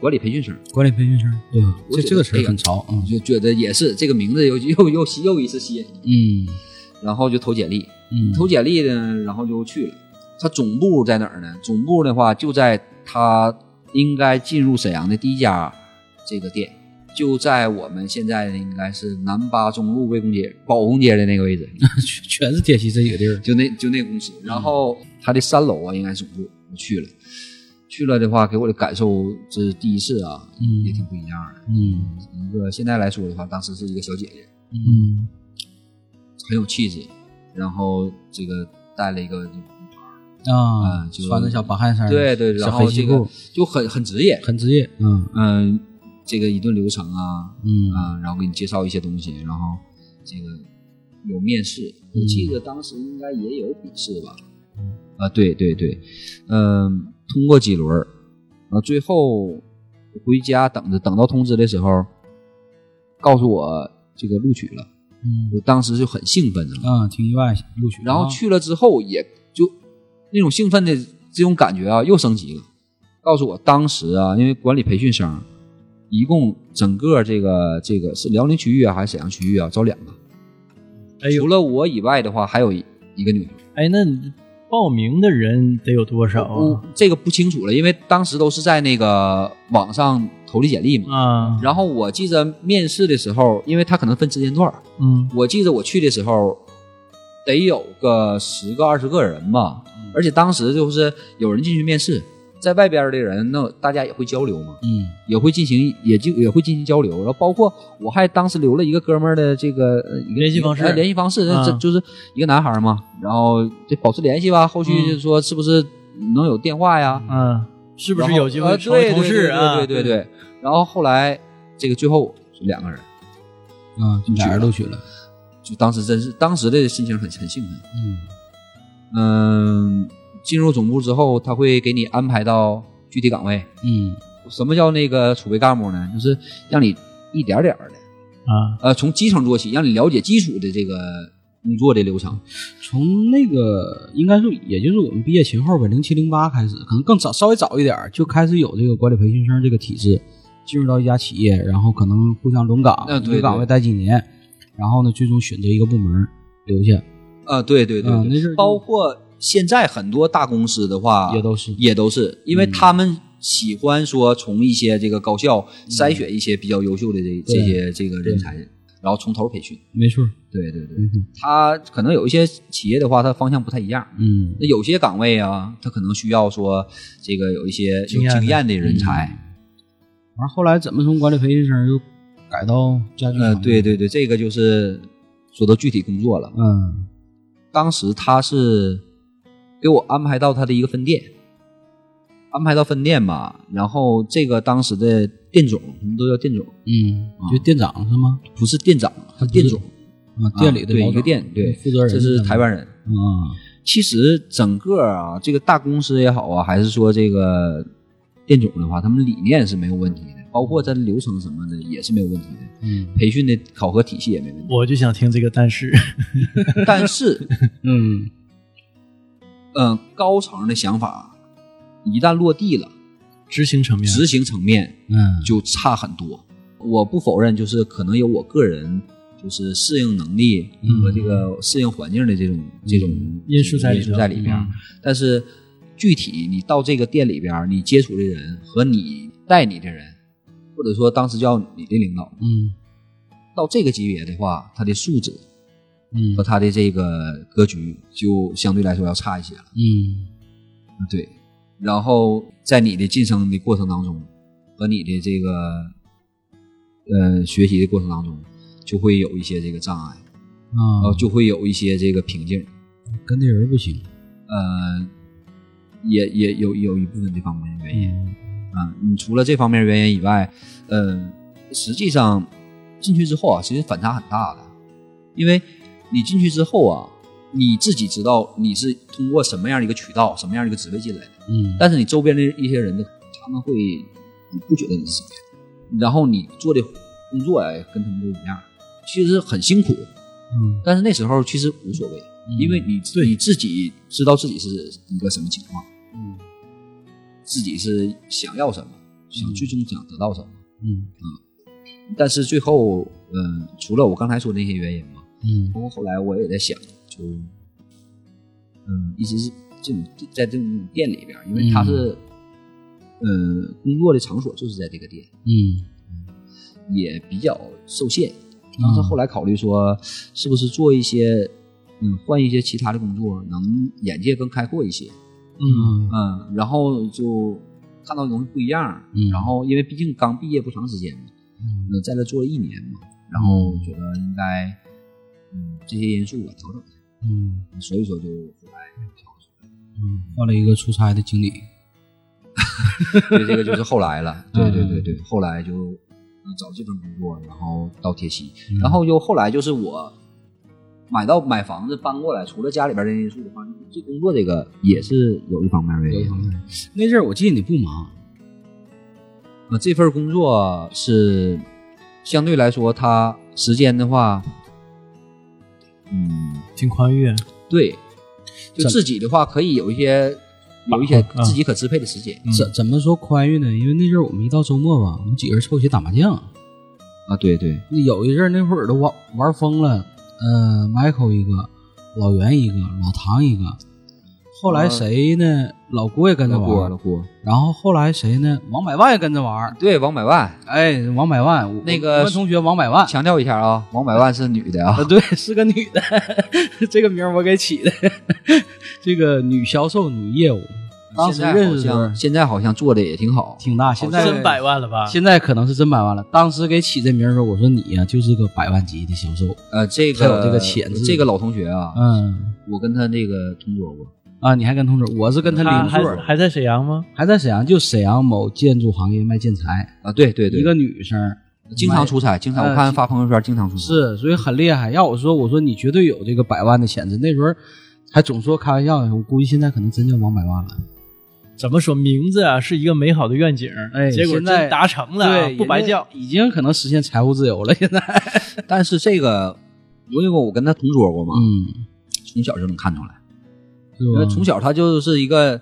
C: 管理培训生，
A: 管理培训生，对，
C: 我
A: 这
C: 觉得
A: 这个词
C: 哎
A: 儿
C: 呀
A: 很潮。嗯
C: 就觉得也是这个名字又 又又吸又一次吸引你，
A: 嗯
C: 然后就投简历。
A: 嗯
C: 投简历呢，然后就去了。他总部在哪儿呢？总部的话就在他应该进入沈阳的第一家这个店，就在我们现在的应该是南八中路魏公街、宝公街的那个位置，
A: 全全是铁西这几个地儿。
C: 就那就那公司。然后他的三楼啊，应该是总部，我去了。去了的话，给我的感受这是第一次啊，
A: 嗯
C: 也挺不一样的。
A: 嗯
C: 一个现在来说的话，当时是一个小姐姐，
A: 嗯
C: 很有气质，然后这个带了一个
A: 啊
C: 嗯，就
A: 穿着小白汗衫儿，
C: 对对，然
A: 小
C: 后
A: 黑
C: 这
A: 西
C: 个
A: 裤，
C: 就很很职业，
A: 很职业。嗯
C: 嗯，这个一顿流程啊，
A: 嗯
C: 啊，然后给你介绍一些东西，然后这个有面试，我记得当时应该也有笔试吧？啊，对对对，嗯，通过几轮儿，啊，最后回家等着，等到通知的时候，告诉我这个录取了，
A: 嗯
C: 我当时就很兴奋的，
A: 嗯，挺意外录取，
B: 啊
A: 啊
C: 然后去了之后也就那种兴奋的这种感觉啊，又升级了。告诉我当时啊，因为管理培训生，一共整个这个这个是辽宁区域啊还是沈阳区域啊，招两个。
B: 哎呦
C: 除了我以外的话，还有一一个女孩。
B: 哎，那你报名的人得有多少
C: 我
B: 啊？
C: 这个不清楚了，因为当时都是在那个网上投递简历嘛。
B: 啊，
C: 然后我记着面试的时候，因为他可能分时间段儿，
B: 嗯，
C: 我记得我去的时候，得有个十个二十个人吧，
B: 嗯
C: 而且当时就是有人进去面试，在外边的人，那大家也会交流嘛，
A: 嗯
C: 也会进行，也就也会进行交流。然后包括我还当时留了一个哥们儿的这个呃一个
B: 联系方式
C: 哎联系方式，那这
B: 嗯
C: 就是一个男孩嘛，然后就保持联系吧。后续就是说是不是能有电话呀？
B: 嗯，是不
C: 然
B: 是
C: 后
B: 有机会
C: 呃
B: 成为
C: 对
B: 同事啊？
C: 对对对对对。然后后来这个最后是两个人，
A: 嗯，俩人录取了，
C: 就当时真是当时的心情很很兴奋。
A: 嗯
C: 嗯，进入总部之后，他会给你安排到具体岗位。
A: 嗯
C: 什么叫那个储备干部呢？就是让你一点点的，
B: 啊，
C: 呃，从基层做起，让你了解基础的这个工作的流程。
A: 从那个应该是也就是我们毕业前后吧，零七零八开始，可能更早稍微早一点儿就开始有这个管理培训生这个体制，进入到一家企业，然后可能互相轮岗，
C: 嗯对
A: 一个岗位待几年，然后呢最终选择一个部门留下，
C: 啊、对对对
A: 啊
C: 对
A: 那是
C: 包括现在很多大公司的话，
A: 也都嗯是
C: 也都是，因为他们喜欢说从一些这个高校
A: 嗯
C: 筛选一些比较优秀的这这些这个人才，然后从头培训。
A: 没错，嗯
C: 对对对，
A: 没错，
C: 他可能有一些企业的话，它方向不太一样。
A: 嗯
C: 那有些岗位啊，他可能需要说这个有一些有
B: 经验的
C: 经验的人才。
A: 完后来怎么从管理培训生又改到家具
C: 呃，
A: 行业
C: 对，对对，这个就是说到具体工作了。
A: 嗯
C: 当时他是给我安排到他的一个分店，安排到分店吧。然后这个当时的店总，我们都叫店总，
A: 嗯，
C: 啊
A: 就店长是吗？
C: 不是店长，他店总，
A: 啊，
C: 啊
A: 店里的
C: 对
A: 老
C: 一个
A: 总
C: 店，对
A: 负责人
C: 这是台湾人。
A: 啊，
C: 其实整个啊，这个大公司也好啊，还是说这个店总的话，他们理念是没有问题的，包括在流程什么的也是没有问题的，
A: 嗯
C: 培训的考核体系也没问 题。
B: 我就想听这个，但是，
C: 但是，
A: 嗯
C: 嗯、高层的想法一旦落地了，
B: 执行层面，
C: 执行层面
A: 嗯，
C: 就差很多。我不否认，就是可能有我个人就是适应能力和这个适应环境的这种、这种
B: 嗯因素在里
C: 因
B: 头嗯
C: 素在里边儿。但是具体你到这个店里边儿，你接触的人和你带你的人，或者说当时叫你的领导，
A: 嗯
C: 到这个级别的话，他的素质
A: 嗯
C: 和他的这个格局就相对来说要差一些了。
A: 嗯
C: 对，然后在你的晋升的过程当中，和你的这个呃学习的过程当中，就会有一些这个障碍，然
A: 啊
C: 后，就会有一些这个瓶颈，
A: 跟那人不行，
C: 呃，也也有有一部分这方面的原因
A: 嗯
C: 啊。你除了这方面原因以外，呃，实际上进去之后啊，其实反差很大的，因为你进去之后啊，你自己知道你是通过什么样的一个渠道、什么样的一个职位进来的。
A: 嗯，
C: 但是你周边的一些人呢，他们会你不觉得你是谁，然后你做的工作呀、跟他们不一样，其实很辛苦，
A: 嗯
C: 但是那时候其实无所谓，因为你
B: 对
C: 你自己知道自己是一个什么情况，
A: 嗯
C: 自己是想要什么，想最终想得到什么。
A: 嗯
C: 但是最后，嗯，除了我刚才说的那些原因嘛，
A: 嗯
C: 包括后来我也在想，就，嗯，一直是这种在这种店里边儿，因为它是，嗯、工作的场所就是在这个店，
A: 嗯
C: 也比较受限。当时后来考虑说，是不是做一些，嗯，换一些其他的工作，能眼界更开阔一些。
B: 嗯，
C: 嗯，然后就看到的东西不一样儿。
A: 嗯
C: 然后因为毕竟刚毕业不长时间嘛，
A: 嗯
C: 呃，在这做了一年嘛，然后觉得应该，嗯，这些因素吧调整，
A: 嗯
C: 所以说就后来调
A: 嗯，换了一个出差的经理，
C: 整，对，这个就是后来了，对对对
A: 嗯
C: 对，后来就呃找这份工作，然后到铁西，
A: 嗯
C: 然后又后来就是我，买到买房子搬过来，除了家里边的因素的话，这工作这个也是有一方面原
A: 有一
C: 因
A: 方。面，那阵儿我记得你不忙，
C: 啊，这份工作是相对来说，它时间的话，嗯，
B: 挺宽裕，
C: 对，就
A: 怎
C: 自己的话可以有一些有一些
B: 把握嗯
C: 自己可支配的时间、
B: 嗯
A: 怎怎么说宽裕呢？因为那阵儿我们一到周末吧，我们几个人凑一起打麻将。
C: 啊，对对，
A: 有一阵儿那会儿都玩玩疯了，呃，Michael 一个，老袁一个，老唐一个。后来谁呢？老郭也跟着
C: 老郭
A: 玩
C: 老，郭，
A: 然后后来谁呢？王百万也跟着玩。
C: 对王百万，
A: 哎，王百万，我
C: 那个
A: 我们同学王百万，
C: 强调一下啊，王百万是女的啊
A: 啊，， 对，是个女的， 这个名儿我给起的。 这个女销售、女业务，当时
C: 现在
A: 认识
C: 好
A: 的时候
C: 像现在好像做的也挺好，
A: 挺大，现在
B: 真百万了吧？
A: 现在可能是真百万了。当时给起这名儿的时候，我说你呀、就是个百万级的销售。
C: 呃，这个
A: 还有这个潜质
C: 这个老同学啊，
A: 嗯
C: 我跟他那个同桌过，
A: 啊，你还跟同桌，我是跟他
B: 还
A: 邻
B: 还
A: 座，
B: 啊还在沈阳吗？
A: 还在沈阳，就沈阳某建筑行业卖建材，
C: 啊，对对对，
A: 一个女生
C: 经常出差，经常我
A: 呃
C: 看
A: 经
C: 发朋友圈经常出差，
A: 是，所以很厉害。要我说，我说你绝对有这个百万的潜质。那时候还总说开玩笑，我估计现在可能真叫王百万了。
B: 怎么说名字啊是一个美好的愿景，
A: 哎
B: 结果
A: 现在
B: 真达成了啊，
A: 对，
B: 不白
A: 人家
B: 叫。
A: 已经可能实现财务自由了。现在，
C: 但是这个因为我跟他同桌过嘛，
A: 嗯，
C: 从小就能看出来，因为
A: 是
C: 从
A: 吧？
C: 小他就是一个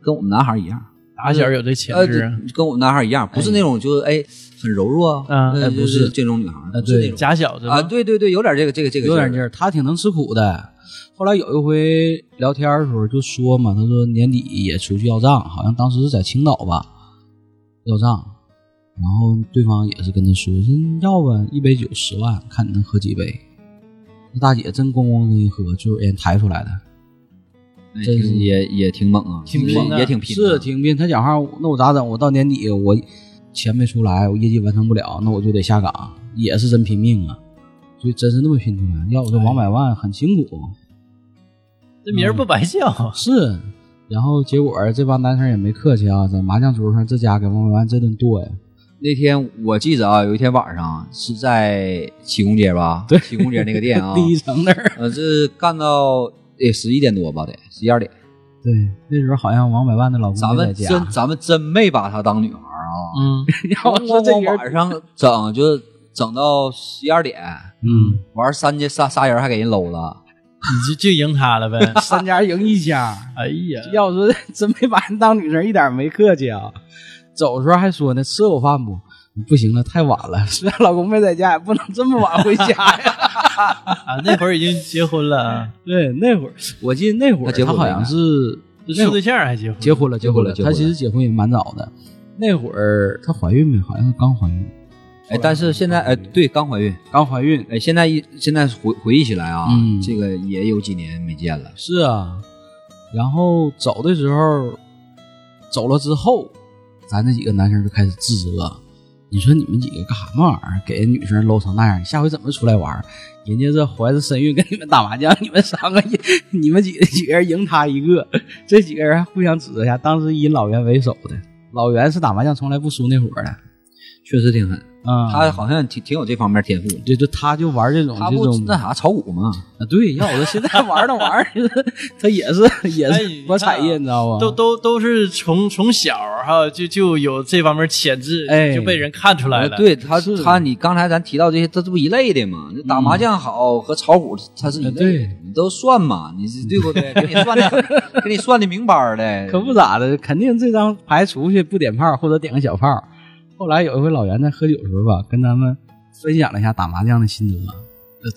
C: 跟我们男孩一样，
B: 打小有这潜
C: 呃，
B: 质，
C: 跟我们男孩一样，不是那种就是哎很柔弱，
B: 嗯
C: 呃
B: 哎
C: 就
B: 不是
C: 这种女孩，
A: 呃
C: 不是
A: 对
C: 那种
B: 假小子
C: 啊，
B: 吗，
C: 对对对，有点这个这个这个
A: 有点
C: 劲
A: 劲
C: 儿，
A: 儿，他挺能吃苦的。后来有一回聊天的时候就说嘛，他说年底也出去要账，好像当时是在青岛吧，要账。然后对方也是跟他说，说要吧，一杯酒十万，看你能喝几杯。那大姐真咣咣的一喝，就是人抬出来的，
C: 哎
A: 真
C: 挺
A: 是
C: 也也挺猛啊，
B: 挺
C: 也
B: 猛的
C: 也挺拼的，啊
A: 是挺拼。他讲话，那我咋整？我到年底我钱没出来，我业绩完成不了，那我就得下岗，也是真拼命啊。所以真是那么拼出来。要我说，王百万很辛苦。
B: 这名儿不白叫。
A: 是，然后结果儿这帮男生也没客气啊，在麻将桌上这家给王百万这顿剁呀，
C: 那天我记着啊，有一天晚上是在启工街吧，对，启工街那个店啊，
A: 第一层那儿。
C: 呃，这干到得十一点多吧，得十一二点。
A: 对，那时候好像王百万的老公
C: 咱
A: 没在
C: 们
A: 家，
C: 真咱们真没把她当女孩 儿啊，
B: 嗯，
A: 要
C: 咣
A: 说这
C: 咣
A: 人，
C: 晚上整就整到十一二点，
A: 嗯，
C: 完三家仨仨人还给人搂了。
B: 你就就赢他了呗。
A: 三家赢一家。
B: 哎呀，
A: 要说 真没把人当女生，一点没客气啊。走的时候还说呢，吃我饭不？不行了，太晚了。 虽然老公没在家，也不能这么晚回家 呀。
B: 啊，那会儿已经结婚了啊，
A: 对，那会儿我记得那会
C: 他
A: 儿
C: 结婚
A: 他
C: 了
A: 好像是
B: 处对象还结婚，
A: 结婚了，结婚了。
C: 结
A: 她
C: 婚了
A: 其实结婚也蛮早的，那会儿她怀孕没？好像是刚怀孕，
C: 哎，但是现在哎，对，刚怀孕。
A: 刚怀孕。
C: 哎，现在一现在回回忆起来啊，
A: 嗯
C: 这个也有几年没见了。
A: 是啊，然后走的时候，走了之后，咱这几个男生就开始自责。你说你们几个干什么玩意儿？给人女生搂成那样，你下回怎么出来玩儿？人家这怀着身孕跟你们打麻将，你们三个 一，你们几个几个人赢他一个，这几个人还互相指责一下。当时以老袁为首的，老袁是打麻将从来不输那伙儿的，
C: 确实挺狠，
A: 啊、
C: 他好像挺挺有这方面天赋。
A: 对，就他就玩这种
C: 他
A: 这
C: 不
A: 种
C: 那啥炒股吗？
A: 啊，对，要我说现在玩的玩儿， 他也是也
B: 哎
A: 是博彩业，你知道吗？
B: 都都都是从从小哈就就有这方面潜质，
A: 哎
B: 就被人看出来
C: 哎
B: 了。，
C: 对他
A: 是
C: 他你刚才咱提到这些，这这不一类的嘛？打麻将好和炒股它是一类的
A: 嗯哎对，
C: 你都算嘛，你是对不对？给你 算的给你算的明白儿的，
A: 可不咋的，肯定这张牌出去不点炮或者点个小炮。后来有一回老袁在喝酒的时候吧，跟咱们分享了一下打麻将的心得，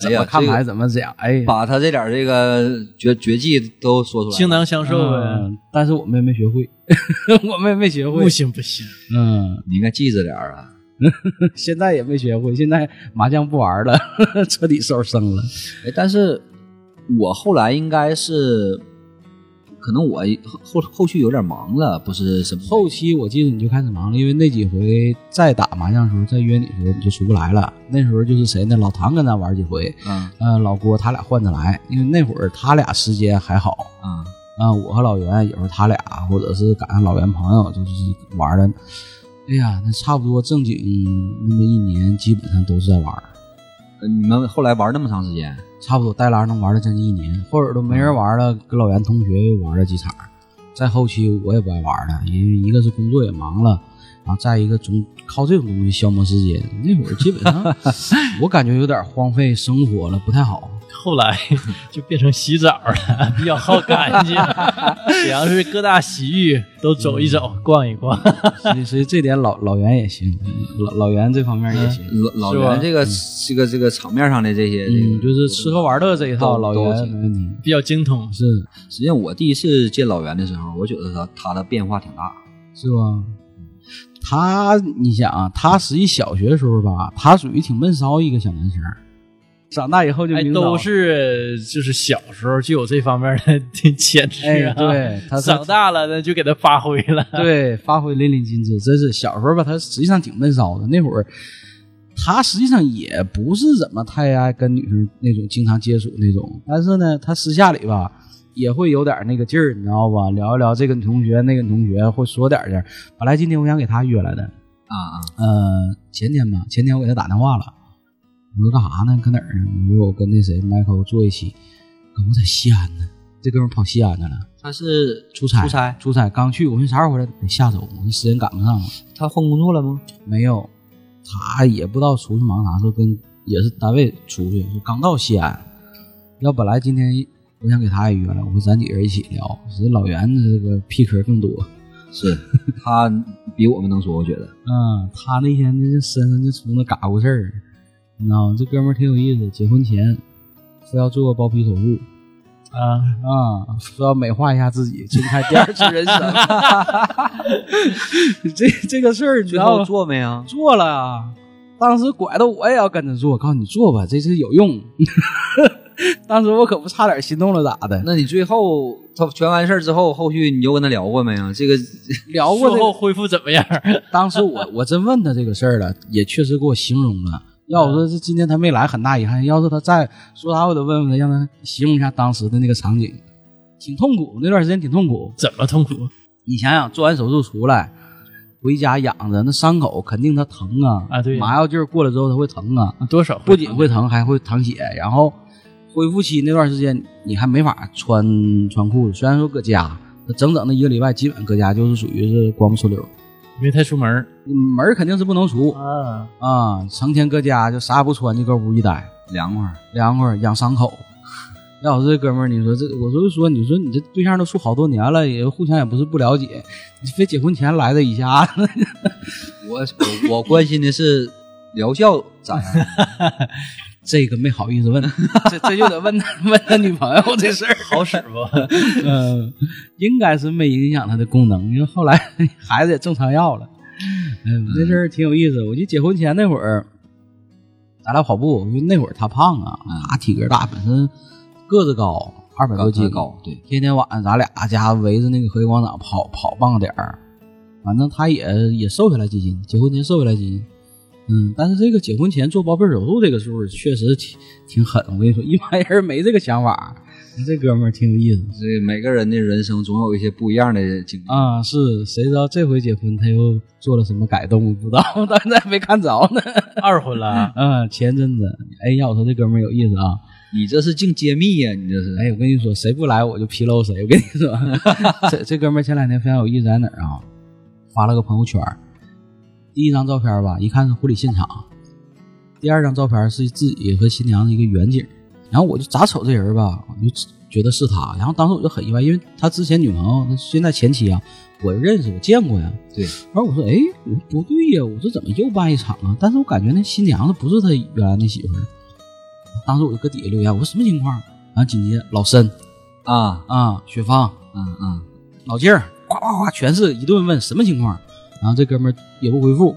A: 怎么看
C: 这个
A: 牌，怎么讲，哎，
C: 把他这点儿这个绝绝技都说出来了。
B: 倾囊相授呗。
A: 嗯，但是我们也没学会， 我们也没学会
B: 不，行不行，
A: 嗯，
C: 你应该记着点儿啊。
A: 现在也没学会，现在麻将不玩了， 彻底收拾生了。
C: 哎，但是我后来应该是，可能我后后续有点忙了，不是什么
A: 后期我记得你就开始忙了，因为那几回再打麻将的时候，再约你的时候你就出不来了。那时候就是谁呢？老唐跟咱玩几回，
C: 啊
A: 呃，老郭他俩换着来，因为那会儿他俩时间还好
C: 啊
A: 啊、我和老袁有时候他俩，或者是赶上老袁朋友，就是玩的，哎呀，那差不多正经那么一年，基本上都是在玩儿。
C: 呃你们后来玩那么长时间，
A: 差不多带拉能玩了将近一年，或者都没人玩了，跟老袁同学又玩了几场。再后期我也不爱玩了，因为一个是工作也忙了，然后再一个总靠这种东西消磨时间。那会儿基本 上我感觉有点荒废生活了，不太好。
B: 后 来就变成洗澡了， 比较好干净。沈阳市各大洗浴都走
A: 嗯
B: 一走，逛一逛。
A: 所以，所以这点老老袁也行，老老袁这方面也行。
C: 老老
B: 是吧
C: 袁这个这个这个场面上的这些，这
A: 嗯，
C: 个
A: 就是吃喝玩乐这一套，
C: 都
A: 老
C: 都
A: 袁嗯
C: 行
A: 没问题。
B: 比较精通，
A: 是
C: 实际上我第一次见老袁的时候，我觉得他他的变化挺大。
A: 是吧？他，你想啊，他实际小学的时候吧，他属于挺闷骚一个小男生儿，长大以后就
B: 哎，
A: 明导
B: 都是就是小时候就有这方面的 潜质
A: 哎，
B: 啊。
A: 对，他
B: 长大了呢就给他发挥了。
A: 对发挥淋漓尽致，真是小时候吧，他实际上挺闷骚的。那会儿，他实际上也不是怎么太爱跟女生那种经常接触那种，但是呢，他私下里吧。也会有点那个劲儿，你知道吧？聊一聊这个女同学，那个女同学，会说点儿这儿。本来今天我想给他约来的，
C: 啊啊，
A: 呃，前天吧，前天我给他打电话了，我说干啥呢？搁哪儿呢？我说我跟那谁 Michael 坐一起，可我在西安呢，这哥们儿跑西安去了，
C: 他是
A: 出差，
C: 出差，
A: 出差，刚去，我说你啥时候回来？得下周，我说时间赶不上了，
C: 他换工作了吗？
A: 没有，他也不知道出去忙啥，说跟也是单位出去，就刚到西安，要本来今天我想给他也约了，我说咱几个人一起聊，实际老袁这个屁壳更多，
C: 是，他比我们能说，我觉得。
A: 嗯，他那天就是身上就出那嘎咕事儿，你知道吗？这哥们儿挺有意思，结婚前非要做个包皮手术
B: 啊，
A: 啊，说要美化一下自己，睁开第二次啊人 生。 这这个事儿你知
C: 最
A: 道
C: 后
A: 吗？
C: 做没啊？
A: 做了啊，当时拐的我也要跟着做，我告诉你做吧，这次有用。 当时我可不差点心动了咋的？
C: 那你最后他全完事儿之后，后续你就跟他聊过没啊？这个
A: 聊过
B: 术
A: 这个
B: 后恢复怎么样？
A: 当时我我真问他这个事儿了，也确实给我形容了。要我说，这今天他没来，很大遗憾。要是他再说啥，我得问问他，让他形容一下当时的那个场景，挺痛苦，那段时间挺痛苦。
B: 怎么痛苦
A: 你想想，做完手术出来，回家养着，那伤口肯定他疼啊，
B: 啊对
A: 麻药劲儿过了之后他会疼啊，
B: 多少
A: 不仅会疼，还会淌血。然后恢复期那段时间，你还没法穿穿裤子，虽然说搁家，那整整的一个礼拜，基本搁家就是属于是光不出溜儿，
B: 没太出门儿
A: 门儿肯定是不能出。
B: 啊，
A: 啊、成天搁家就啥也不穿，就搁屋一待，
C: 凉快儿，
A: 凉快养伤口。要我这哥们儿，你说这，我说就说，你说你这对象都处好多年了，也互相也不是不了解，你非结婚前来这一下子，
C: 我我我关心的是疗效咋样？
A: 这个没好意思问，这这就得问他 问他女朋友这事儿。
B: 好使不？
A: 嗯，应该是没影响他的功能，因为后来孩子也正常要了。嗯，这事儿挺有意思。我记得结婚前那会儿，咱俩跑步，因为那会儿他胖啊，他体格大，本身个子高，二百多斤，
C: 高，对，
A: 天天晚上咱俩家围着那个和平广场跑跑半个点儿，反正他也也瘦下来几斤，结婚前瘦下来几斤。嗯，但是这个结婚前做包皮手术这个数儿确实挺挺狠，我跟你说，一般人没这个想法。这哥们儿挺有意思
C: 这每个人的人生总有一些不一样的经历。
A: 啊，是谁知道这回结婚他又做了什么改动？不知道， 到现在没看着呢。
B: 二婚了，
A: 嗯，前阵子，哎呀，我说这哥们儿有意思啊！
C: 你这是净揭秘呀、你这是。
A: 哎，我跟你说，谁不来我就披露谁。我跟你说，这这哥们儿前两天非常有意思，在哪儿啊？发了个朋友圈儿，第一张照片吧，一看是婚礼现场；第二张照片是自己和新娘的一个远景。然后我就咋瞅这人吧，我就觉得是他。然后当时我就很意外，因为他之前女朋友，他现在前妻啊，我认识，我见过呀。
C: 对，
A: 然后我说，哎，我说不对呀，我说怎么又办一场啊？但是我感觉那新娘子不是他原来那媳妇儿。当时我就搁底下留言，我说什么情况？啊然后紧接着老申
C: 啊，
A: 啊、雪芳、
C: 嗯嗯，
A: 老劲儿，呱呱呱，全是一顿问什么情况。然后这哥们儿也不回复，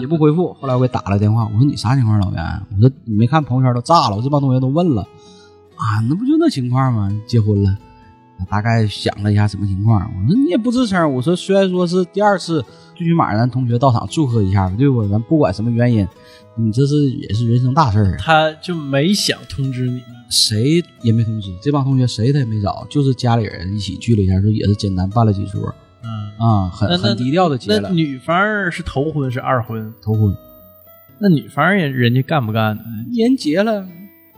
A: 也不回复。后来我给打了电话，我说你啥情况，老袁？我说你没看朋友圈都炸了，我这帮同学都问了啊，那不就那情况吗？结婚了。大概想了一下什么情况，我说你也不吱声。我说虽然说是第二次，最起码咱同学到场祝贺一下吧，对不？咱不管什么原因，你这是也是人生大事儿啊。
B: 他就没想通知你们
A: 谁也没通知，这帮同学谁他也没找，就是家里人一起聚了一下，就也是简单办了几桌
B: 啊。
A: 啊，很
B: 那那
A: 很低调的结
B: 那
A: 了
B: 女方是头婚是二婚？
A: 头婚。
B: 那女方人人家干不干呢？
A: 人结了，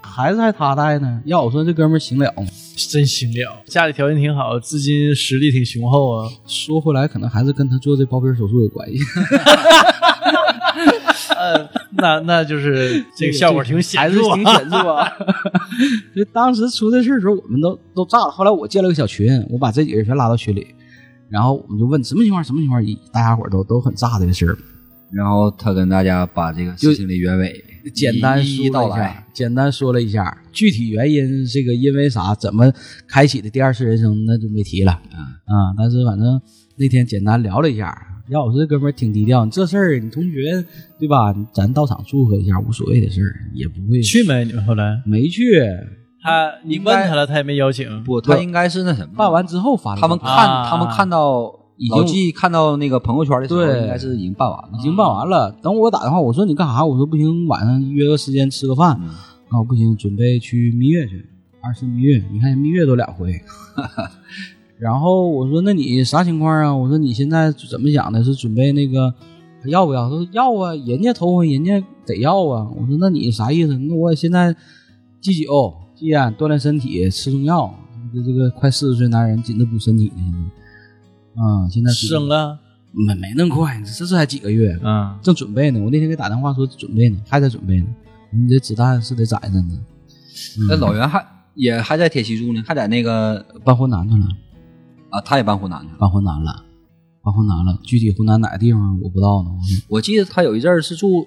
A: 孩子还他带呢。要我说这哥们儿行了吗？
B: 真行了，家里条件挺好，资金实力挺雄厚啊。
A: 说回来，可能还是跟他做这包皮手术有关 系。
B: 呃， 那那就是 这个效果挺显
A: 还是
B: 著啊，
A: 挺显著啊。 就当时出这事儿的时候，我们都都炸了。后来我建了个小群，我把这几个人全拉到群里，然后我们就问什么情况，什么情况，大家伙儿都都很炸这个事儿。
C: 然后他跟大家把这个事情的原委
A: 简单
C: 一一
A: 说
C: 道
A: 了一
C: 来
A: 下，，简单说了一下具体原因，这个因为啥，怎么开启的第二次人生，那就没提了
C: 嗯
A: 啊啊！但是反正那天简单聊了一下，要我说这哥们儿挺低调，你这事儿你同学对吧？咱到场祝贺一下，无所谓的事儿，也不会
B: 去没？你们后来
A: 没去，
B: 他你问他了，他也没邀请。
C: 不，他应该是那什么
A: 办完之后发的
C: 他们
A: 广告
C: 看
B: 啊
C: 他们看到
A: 已
C: 老
A: 经
C: 纪看到那个朋友圈的时候，
A: 对
C: 应该是已经办完了
A: 已。经办完
B: 哦
A: 了。等我打电话，我说你干啥？我说不行，晚上约个时间吃个饭。
C: 嗯
A: 啊，不行，准备去蜜月去，二次蜜月。你看蜜月都两回。 然后我说那你啥情况啊？我说你现在怎么想的？是准备那个还要不要？他说要啊，人家头婚人家得要啊。我说那你啥意思？那我现在忌酒忌烟，锻炼身体，吃中药。这这个快四十岁男人紧着补身体呢，现在啊，现在
B: 生了，
A: 没没那么快，这这才几个月，
B: 嗯，
A: 正准备呢。我那天给打电话说准备呢，还在准备呢。你这子弹是得攒着呢。
C: 那老袁还也还在铁西住呢，还在那个
A: 搬湖南去了，
C: 啊，他也搬湖南去了。
A: 搬湖南了，搬湖南了。具体湖南哪个地方我不知道呢。我
C: 我记得他有一阵儿是住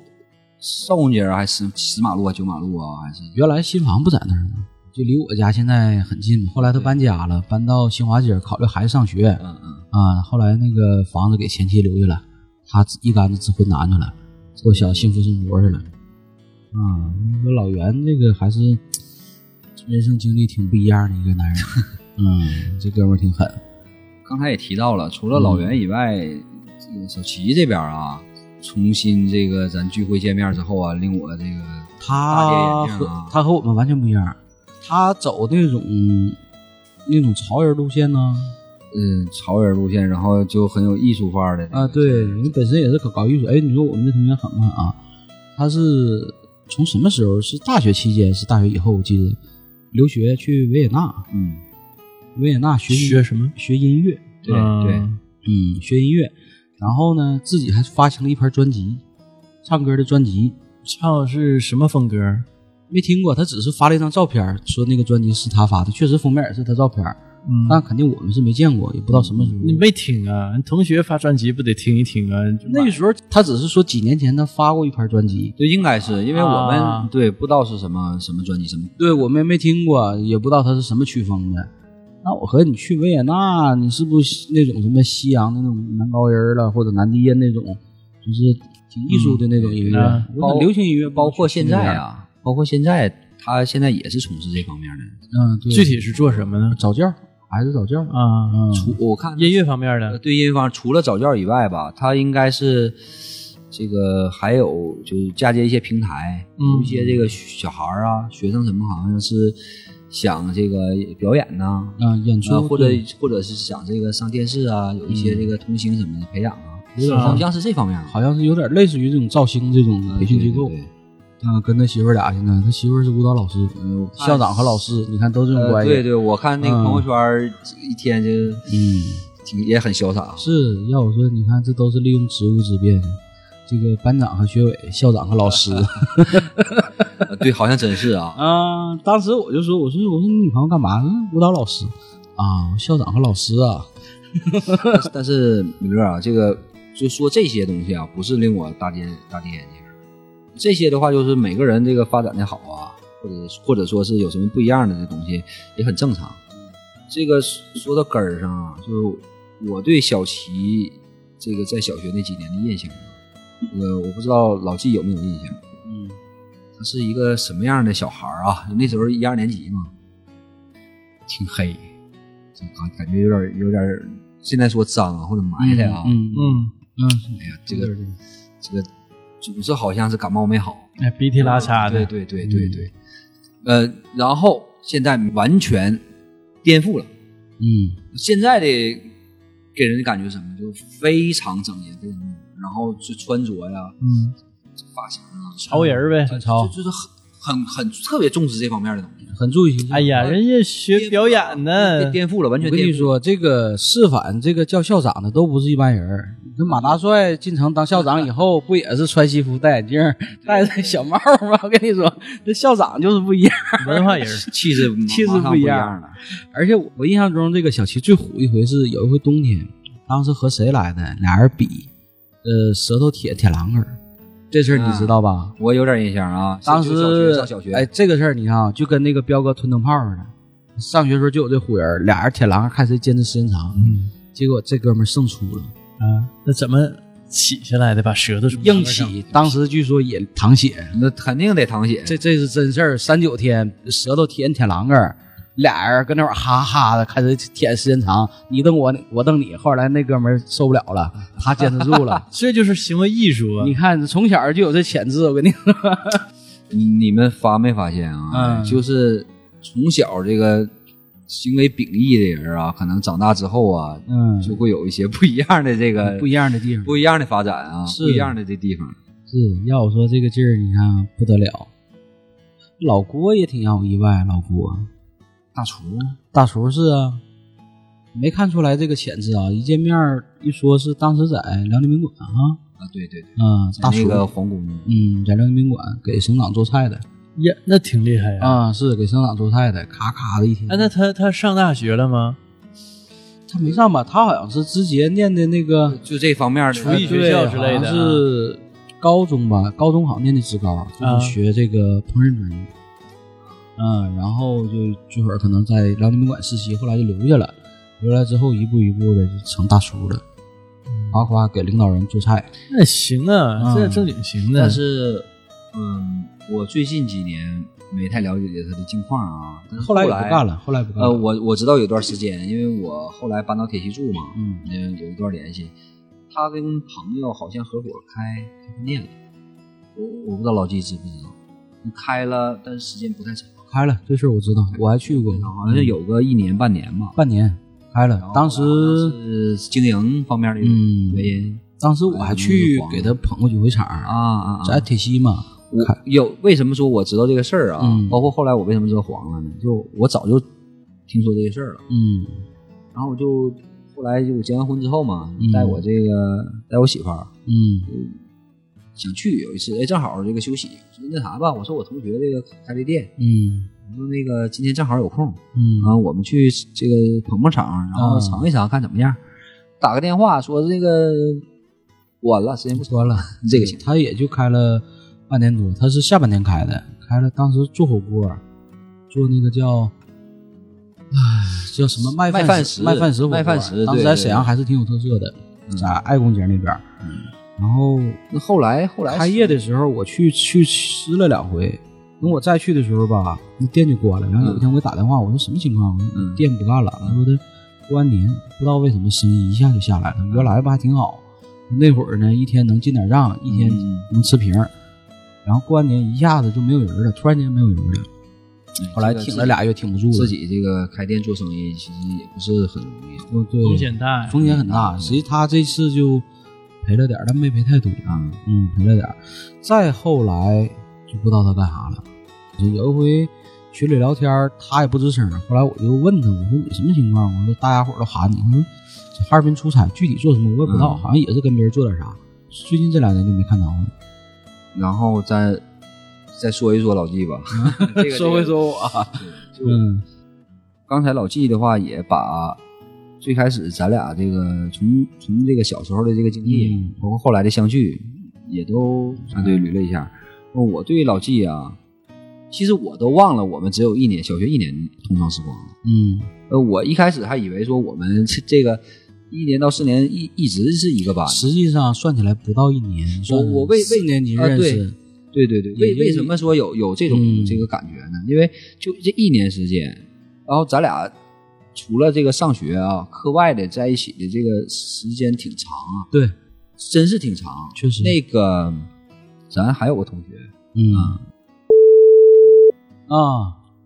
C: 邵公街啊，还是石马路啊、九马路啊，还是
A: 原来新房不在那儿呢，就离我家现在很近嘛。后来他搬家了，搬到新华街，考虑孩子上学
C: 嗯嗯，
A: 啊。后来那个房子给前妻留下了，他自一竿子直回南去了，过小幸福生活去了。啊，你说老袁这个还是人生经历挺不一样的一个男人。 嗯，这哥们儿挺狠。
C: 刚才也提到了，除了老袁以外，这个小齐这边啊，重新这个咱聚会见面之后啊，令我这个
A: 他
C: 大跌眼
A: 和
C: 镜啊
A: 他和我们完全不一样，他走那种那种潮人路线呢。
C: 嗯潮人路线，然后就很有艺术范儿的
A: 啊，对，你本身也是搞搞艺术。哎，你说我们这同学狠不狠啊？他是从什么时候？是大学期间，是大学以后？我记得留学去维也纳，
C: 嗯，
A: 维也纳学
B: 学什么？
A: 学音乐，
C: 对
B: 嗯
C: 对，
A: 嗯，学音乐。然后呢，自己还发行了一盘专辑，唱歌的专辑。
B: 唱是什么风格？嗯
A: 没听过，他只是发了一张照片儿，说那个专辑是他发的，确实封面也是他照片儿。
B: 嗯
A: 那肯定我们是没见过，也不知道什么时候。
B: 你没听啊？你同学发专辑不得听一听啊？就买
A: 那时候他只是说几年前他发过一盘专辑，
C: 对，应该是因为我们、
B: 啊
C: 对不知道是什么什么专辑什么，
A: 对我们也没听过，也不知道他是什么曲风的。那我和你去维也纳，你是不是那种什么西洋的那种男高音儿了，或者男低音那种，就是挺艺术的那种音乐？
B: 嗯
A: 我说流行音乐
C: 包括现在
A: 啊，
C: 啊，包括现在他现在也是从事这方面的。
A: 嗯，对
B: 具体是做什么呢？
A: 早教还是早教？
B: 啊，
A: 嗯，
C: 除我看
B: 音乐方面
C: 呃
B: 的，
C: 对音乐方面除了早教以外吧，他应该是这个还有就是嫁接一些平台，
B: 嗯
C: 有一些这个小孩儿啊、学生什么好像是想这个表演呐、
A: 嗯，演
C: 啊
A: 出
C: 或者
A: 对
C: 或者是想这个上电视啊，有一些这个童星什么的培养啊，
A: 有点
B: 啊
C: 好
A: 像
C: 像是这方面的。
A: 好像是有点类似于这种造星这种培训机构
C: 对。对对
A: 嗯，跟他媳妇儿俩现在，他媳妇儿是舞蹈老师，呃
C: 嗯我看
A: 校长和老师，你看都这种
C: 呃，
A: 关系。
C: 对对，我看那个
A: 嗯
C: 朋友圈儿一天就
A: 嗯，
C: 挺也很潇洒。啊
A: 是要我说，你看这都是利用职务之便。这个班长和学委、校长和老师
C: 呃对，好像真是 啊。
A: 啊，当时我就说，我说我说你女朋友干嘛呢？舞蹈老师啊，校长和老师啊，
C: 但是但是米勒啊，这个就说这些东西啊，不是令我大跌大跌眼镜儿。这些的话，就是每个人这个发展的好啊，或者或者说是有什么不一样的这东西，也很正常。这个说到根儿上啊，就是我对小齐这个在小学那几年的印象啊，呃，我不知道老纪有没有印象。
A: 嗯，
C: 他是一个什么样的小孩儿啊？那时候一二年级嘛，挺黑，就感感觉有点有点，现在说脏啊或者埋汰啊，
A: 嗯
B: 嗯，
A: 嗯，
C: 哎呀，这个这个总是好像是感冒没好，
B: 哎，鼻涕拉碴的，
C: 对对对对对，呃，然后现在完全颠覆了，
A: 嗯
C: 现在的给人的感觉是什么？就非常整洁，非常，然后就穿着呀，
B: 嗯，
C: 发型啊，
B: 潮人儿呗。
A: 汉超
C: 就就是很很很特别重视这方面的东西，
A: 很注意形象。
B: 哎呀，人家学表演
C: 被
B: 的，
C: 颠覆了，
A: 我
C: 完全
A: 跟
C: 颠
A: 你
C: 覆了。
A: 说，这个示范，这个叫校长的都不是一般人儿。这马大帅进城当校长以后，不也是穿西服、戴眼镜儿、戴着小帽儿吗？我跟你说，这校长就是不一样。
B: 文化人儿。
C: 气质
A: 气质
C: 马上
A: 不
C: 不
A: 一样
C: 样了，
A: 而且我印象中，这个小齐最虎一回是有一回冬天，当时和谁来的？俩人比，呃，舌头铁铁栏杆儿，这事儿你知道吧？
C: 我有点印象啊。
A: 当
C: 上啊小
A: 时
C: 学上小学，
A: 哎，，这个事儿你看啊，就跟那个彪哥吞灯泡似的。上学时候就有这虎人儿，俩人铁栏杆儿看谁坚持时间长。
B: 嗯
A: 结果这哥们儿胜出了，
B: 啊，那怎么起下来的？把舌头从
A: 硬
B: 上面。
A: 起，当时据说也淌血，
C: 那肯定得淌血。
A: 这这是真事儿。三九天舌头舔舔栏杆儿，俩人跟那玩儿哈哈的，开始舔时间长，你瞪我，我瞪你。后来那哥们儿受不了了，他坚持住 了
B: 这就是行为艺术啊
A: 你！看，从小就有这潜质，我跟你说，
C: 你你们发没发现啊？
A: 嗯
C: 就是从小这个行为秉异的人啊，可能长大之后啊，
A: 嗯
C: 就会有一些不一样的这个
A: 不一样的地方。
C: 不一样的发展啊，
A: 是
C: 不一样的这地方。
A: 是要我说这个劲儿，你看不得了。老郭也挺让我意外，老郭
C: 大厨
A: 大厨是啊，没看出来这个潜质啊。一见面儿一说是当时在辽宁宾馆啊，
C: 啊，对对对，
A: 嗯，
C: 在
A: 大
C: 那
A: 厨
C: 个皇宫
A: 嗯，在辽宁宾馆给省长做菜的
B: 呀，那挺厉害呀！
A: 啊，是给省长做菜的，咔咔的一天。
B: 哎，那他他上大学了吗？
A: 他没上吧？他好像是之前念的那个
C: 就这方面的
B: 厨艺学校之类的
A: 对好像是高中吧？高中好像念的职高，就
B: 啊
A: 是学这个烹饪专业。嗯，然后就这会儿可能在辽宁宾馆实习，后来就留下了。留下来之后，一步一步的就成大厨了，夸夸给领导人做菜。
B: 那行啊，
A: 嗯
B: 这正经行的。
C: 但是，嗯，我最近几年没太了解他的近况啊。但
A: 嗯
C: 是
A: 后
C: 来
A: 来也不干。了，后来不干了。
C: 呃，我我知道有段时间，因为我后来搬到铁西住嘛，
A: 嗯，
C: 嗯，有一段联系。他跟朋友好像合伙开开饭店了，我我不知道老季知不知道。嗯开了，但是时间不太长，
A: 开了这事儿我知道，我还去过，嗯
C: 好像有个一年半年吧。
A: 半年开了
C: 然后。
A: 当时，
C: 是经营方面的
A: 嗯
C: 原因
A: 当时我还去给他捧过酒会场，
C: 啊啊啊！
A: 在铁西嘛。
C: 我
A: 看
C: 有为什么说我知道这个事儿啊？
A: 嗯
C: 包括后来我为什么知道黄了呢？就我早就听说这个事儿了，
A: 嗯
C: 然后我就后来就我结完婚之后嘛，
A: 嗯
C: 带我这个带我媳妇儿
A: 嗯
C: 想去，有一次哎正好这个休息，我说那啥吧，我说我同学这个开这店，
A: 嗯
C: 我说那个今天正好有空，
A: 嗯
C: 然后我们去这个捧捧场，然后尝一尝看怎么样，打个电话说这个关了，时间不长
A: 关了。
C: 这个行。
A: 他也就开了半年多，他是下半年开的，开了当时做火锅，做那个叫，唉，叫什么麦
C: 麦
A: 饭
C: 饭石
A: 麦饭石火锅
C: 麦饭石
A: 当时
C: 对
A: 在
C: 对
A: 沈阳还是挺有特色的，
C: 嗯
A: 在爱公街那边儿。然后
C: 那后来后来
A: 开业的时候，我去去吃了两回。等我再去的时候吧，那店就关了。然后有一天我给打电话，我说什么情况？啊
C: 嗯
A: 店不干了。他说的过完年，不知道为什么生意一下就下来了。
C: 嗯
A: 原来吧还挺好，那会儿呢一天能进点账，一天
C: 嗯
A: 能吃瓶儿。然后过完年一下子就没有人了，突然间没有人了。后来挺了俩月，挺不住了，
C: 嗯自己这个开店做生意其实也不是很容易
A: 嗯对
B: 风险大呀，
A: 风险很
C: 嗯
A: 大。实际他这次就赔了点儿，但没赔太多。
C: 啊。
A: 嗯，赔了点儿。再后来就不知道他干啥了。就有一回群里聊天儿，他也不吱声儿。后来我就问他，我说你什么情况？我说大家伙儿都喊你。他说这哈尔滨出差，具体做什么我也不知道，
C: 嗯
A: 好像也是跟别人做点啥。最近这两年就没看着了。
C: 然后再再说一说老纪吧， 这个
A: 嗯说回说我，
C: 啊就
A: 嗯
C: 刚才老纪的话也把最开始咱俩这个从从这个小时候的这个经历，
A: 嗯
C: 包括后来的相聚，也都相对捋了一下。那我对老纪啊，其实我都忘了我们只有一年小学一年同窗时光了。
A: 嗯，
C: 呃，我一开始还以为说我们这这个一年到四年一一直是一个班，
A: 实际上算起来不到一年，算
C: 我我为为
A: 四年级
C: 啊
A: 认
C: 对
A: 识，
C: 对对对，
A: 也
C: 为
A: 就
C: 为什么说有有这种、
A: 嗯
C: 这个感觉呢？因为就这一年时间，然后咱俩除了这个上学啊，课外的在一起的这个时间挺长啊，
A: 对，
C: 真是挺长。
A: 确实
C: 那个咱还有个同学，
A: 嗯啊，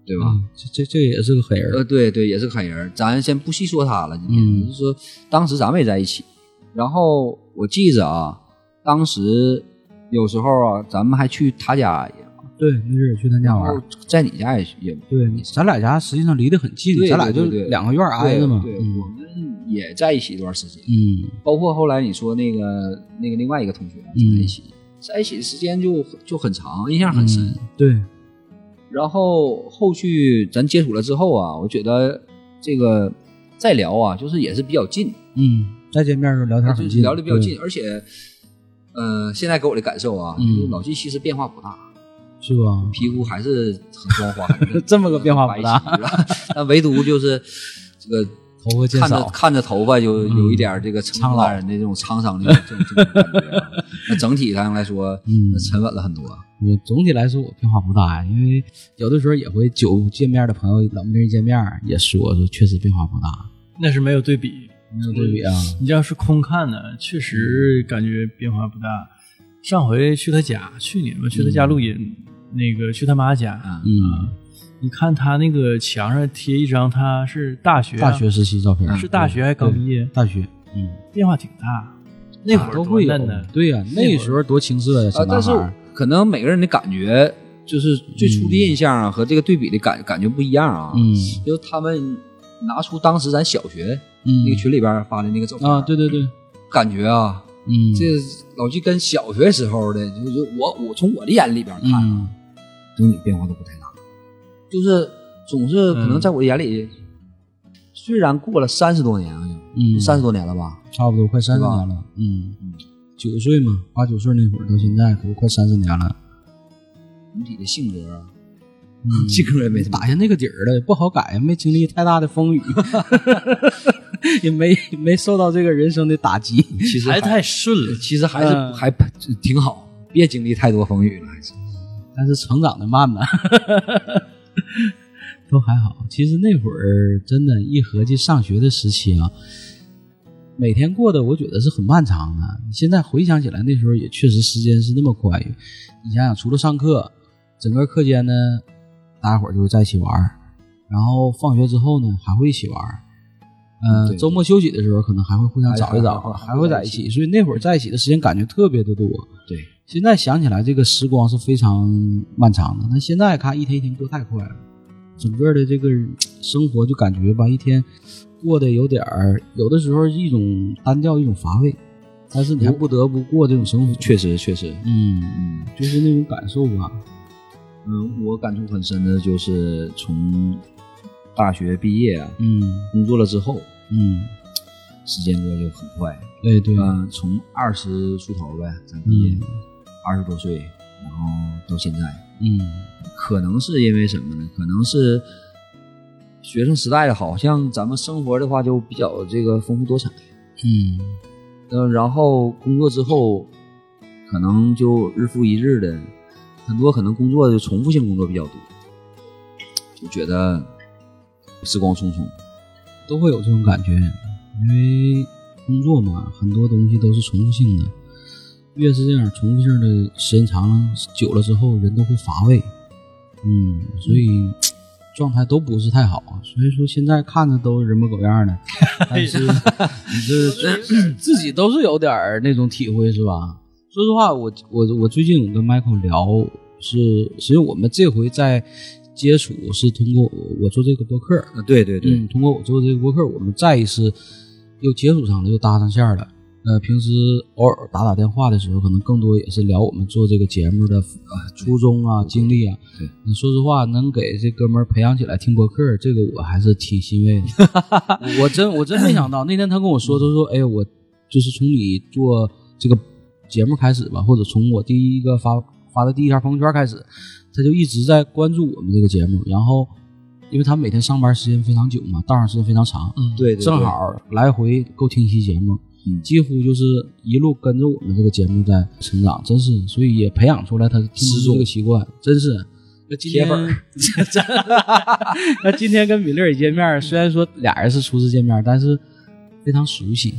C: 对
A: 对
C: 吧？
A: 这这这也是个黑人
C: 呃，
A: 儿，
C: 对对，也是个狠人儿，咱先不细说他了，今天、
A: 嗯
C: 只是说当时咱们也在一起。然后我记着啊，当时有时候啊，咱们还去他家也，
A: 对，没准也去他家
C: 然
A: 玩
C: 后
A: 儿。
C: 在你家也也
A: 对，咱俩家实际上离得很近，
C: 对
A: 咱俩
C: 对
A: 就
C: 对对
A: 两个院儿挨着嘛。
C: 对，对
A: 嗯
C: 我们也在一起一段时间，
A: 嗯
C: 包括后来你说那个那个另外一个同学在一起，在一起的时间就就很长，印象很深。
A: 嗯对，
C: 然后后续咱接触了之后啊，我觉得这个再聊啊，就是也是比较近，
A: 嗯，再见面的时候聊天
C: 就
A: 很
C: 是
A: 近，
C: 聊的比较
A: 对
C: 近，，而且，呃，现在给我的感受啊，
A: 嗯
C: 就是老纪其实变化不大，
A: 是吧？
C: 皮肤还是很光
A: ，
C: 滑
A: 这么个变化不大
C: 很白皙，是吧但唯独就是这个
A: 头发渐
C: 看着
A: 少，嗯
C: 看着头发有有一点儿这个成
A: 苍
C: 年
A: 老
C: 大人的这种沧桑的这种这种感觉啊。那整体上来说，
A: 嗯
C: 沉稳了很多。啊
A: 我总体来说我变化不大，因为有的时候也会久见面的朋友，冷不丁一见面也说说，确实变化不大，
B: 那是没有对比，
A: 没有对比啊。
B: 你要是空看呢，确实感觉变化不大。上回去他家，去年吧，去他家录音，那个去他妈家，
C: 啊
A: 嗯，
B: 你看他那个墙上贴一张，他是大学、啊
A: 大学时期照片
B: 是大学还刚毕业，
A: 大学，嗯，
B: 变化挺大。那会
A: 都
B: 儿多
A: 会有
B: 嫩呢，，
A: 对呀，那时候多青涩呀，小
C: 啊，但
A: 男
C: 是
A: 孩儿，
C: 可能每个人的感觉，就是最初的印象啊，和这个对比的感感觉不一样啊。
A: 嗯
C: 就是他们拿出当时咱小学那个
A: 嗯
C: 群里边发的那个照片
A: 啊，对对对，
C: 感觉啊，
A: 嗯，
C: 这老纪跟小学时候的，就就我我从我的眼里边看啊，
A: 嗯
C: 整体变化都不太大，就是总是可能在我的眼里，虽然过了三十多年啊，
A: 嗯，
C: 三十多年了吧，
A: 差不多快三十年了，嗯，九岁嘛，八九岁那会儿到现在，可不快三十年了。
C: 整体的性格啊，
A: 嗯
C: 性格也没 什么
A: 打下那个底儿了，不好改，没经历太大的风雨， 也没没受到这个人生的打击。
C: 其实
B: 还太顺了。
C: 其实还是、
A: 嗯
C: 还挺好，别经历太多风雨了，还是
A: 但是成长的慢嘛， 都还好。其实那会儿真的，一合计上学的时期啊，每天过得我觉得是很漫长的。现在回想起来，那时候也确实时间是那么宽裕。你想想，除了上课，整个课间呢，大家伙儿就在一起玩儿，然后放学之后呢，还会一起玩儿。嗯、
C: 对
A: 周末休息的时候，可能还会互相
C: 还
A: 找一找，
C: 还
A: 还会在一起。所以那会儿在一起的时间感觉特别的多。
C: 对。
A: 现在想起来，这个时光是非常漫长的。那现在看，一天一天过太快了，整个的这个嗯生活就感觉吧，一天过得有点儿，有的时候是一种单调，一种乏味。但是你还不得不过这种生活，
C: 确实确实，
A: 嗯，
C: 嗯
A: 就是那种感受吧。
C: 嗯，我感触很深的就是从大学毕业啊，
A: 嗯
C: 工作了之后，
A: 嗯，
C: 时间过得就很快，
A: 哎对，
C: 嗯，从二十出头呗，咱毕业
A: 嗯
C: 二十多岁，然后到现在，
A: 嗯
C: 可能是因为什么呢？可能是学生时代好像咱们生活的话就比较这个丰富多彩，
A: 嗯
C: 嗯，然后工作之后，可能就日复一日的，很多可能工作就重复性工作比较多，就觉得时光匆匆。
A: 都会有这种感觉，因为工作嘛，很多东西都是重复性的，越是这样重复性的时间长了、久了之后，人都会乏味，嗯，所以状态都不是太好，啊所以说现在看着都人模狗样的，但是你这自己都是有点儿那种体会是吧？说实话，我我我最近我跟 Michael 聊是，其实我们这回在接触是通过我我做这个播客，
C: 啊， 对对对，
A: 嗯，通过我做这个播客，我们再一次又接触上了，又搭上线儿了。呃，平时偶尔打打电话的时候，可能更多也是聊我们做这个节目的呃初衷啊、经历啊。
C: 对
A: 嗯，说实话，能给这哥们儿培养起来听播客，这个我还是挺欣慰的。 我真我真没想到，那天他跟我说，他说：“哎呀，我就是从你做这个节目开始吧，或者从我第一个发发的第一条朋友圈开始，他就一直在关注我们这个节目。然后，因为他每天上班时间非常久嘛，道上时间非常长，
B: 嗯，
C: 对对
A: 正好来回够听一期节目，
C: 嗯
A: 几乎就是一路跟着我们这个节目在成长，真是，所以也培养出来他听
C: 失
A: 这个习惯，真是。那今天
C: 铁粉儿，
A: 那今天跟米勒也见面，虽然说俩人是初次见面，但是非常熟悉，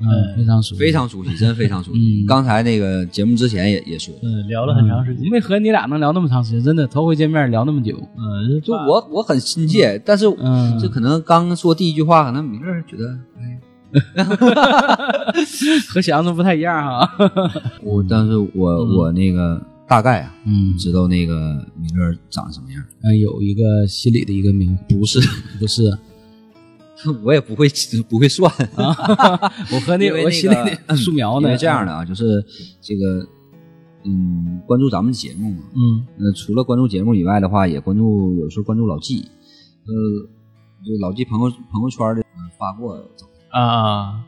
A: 嗯，非常熟悉，
C: 非常熟悉，真非常熟悉。
A: 嗯
C: 刚才那个节目之前也也说，
B: 嗯，聊了很长时间。
A: 没和你俩能聊那么长时间，真的头回见面聊那么久，
B: 嗯，
C: 就我我很亲切，但是
A: 嗯
C: 这可能刚说第一句话，可能米勒觉得哎
A: 和想象中不太一样哈。
C: 我但是我、
B: 嗯
C: 我那个大概啊，
A: 嗯
C: 知道那个米勒长什么样，
A: 嗯，有一个心理的一个名，不是不是， 啊
C: 我也不会不会 算。
A: 我和那
C: 因为
A: 我
C: 那
A: 心里
C: 个
A: 的素描
C: 因
A: 呢
C: 为这样的啊，就是这个嗯，关注咱们节目嘛，
A: 嗯
C: 那除了关注节目以外的话，也关注有时候关注老纪，呃，就老纪朋友朋友圈里呃发过，
B: 啊，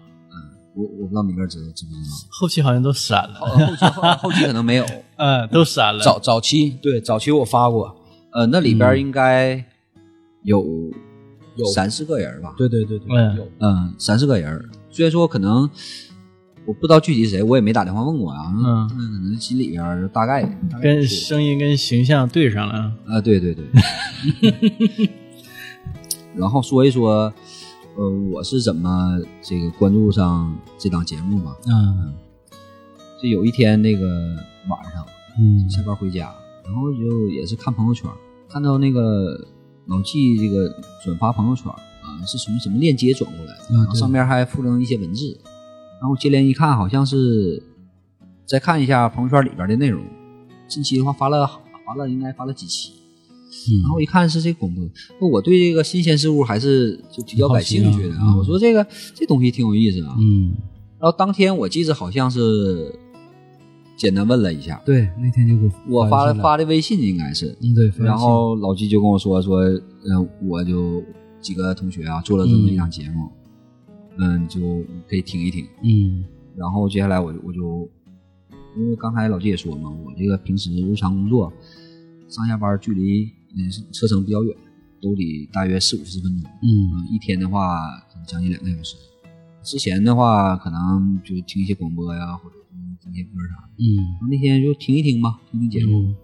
C: 我我不知道米勒知道知不知道，
B: 后期好像都删了，
C: 哦后后期后后期可能没有，
B: 嗯，都删了。
A: 早早期对早期我发过，
C: 呃，那里边应该有有三四个人吧，
A: 对对对对，
B: 嗯
A: 有
C: 嗯，三四个人儿，虽然说可能我不知道具体谁，我也没打电话问过啊，
B: 嗯
C: 那可能心里边儿大概大概
B: 跟
C: 是
B: 声音跟形象对上了，
C: 啊，对对 对，然后说一说，呃，我是怎么这个关注上这档节目嘛？
A: 嗯
C: 就有一天那个晚上
A: 嗯
C: 下班回家，然后就也是看朋友圈，看到那个老纪这个转发朋友圈啊，是从什么链接转过来的，
A: 嗯
C: 然后上面还附赠一些文字，然后接连一看，好像是再看一下朋友圈里边的内容，近期的话发了发了应该发了几期，
A: 嗯
C: 然后一看是这广播，那我对这个新鲜事物还是就比较感兴趣的
A: 好奇啊
C: 啊。我说这个这东西挺有意思啊。
A: 嗯，
C: 然后当天我记着好像是简单问了一下，
A: 对，那天就给
C: 我发
A: 了
C: 了，发的微信应该是，
A: 嗯对，发微信
C: 然后老季就跟我说说，嗯，我就几个同学啊做了这么一档节目，嗯，就可以听一听。
A: 嗯
C: 然后接下来我就我就，因为刚才老季也说嘛，我这个平时日常工作，上下班距离嗯车程比较远，都得大约四五十分钟，
A: 嗯
C: 嗯，一天的话可能将近两个小时。之前的话可能就听一些广播呀，或者听听一些歌啥。
A: 嗯
C: 那天就听一听吧，听听节目，
A: 嗯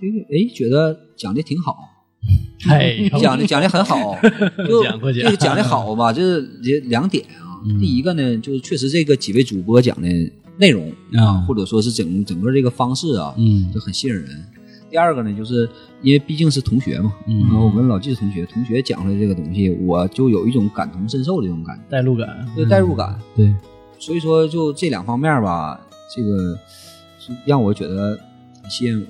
C: 这个哎觉得讲的 挺好，
B: 哎呦，
C: 讲的讲的很好，就
B: 讲过讲
C: 这个讲的 好吧，就是也两点啊。
A: 嗯
C: 第一个呢，就是确实这个几位主播讲的内容
A: 啊
C: 或者说是整整个这个方式啊，
A: 嗯
C: 就很吸引人。第二个呢，就是因为毕竟是同学嘛，然后
A: 嗯
C: 我跟老季是同学，同学讲出来这个东西，我就有一种感同身受的这种感觉，
B: 代入感，
C: 就代入感。
A: 对，
C: 所以说，就这两方面吧，这个是让我觉得很吸引我，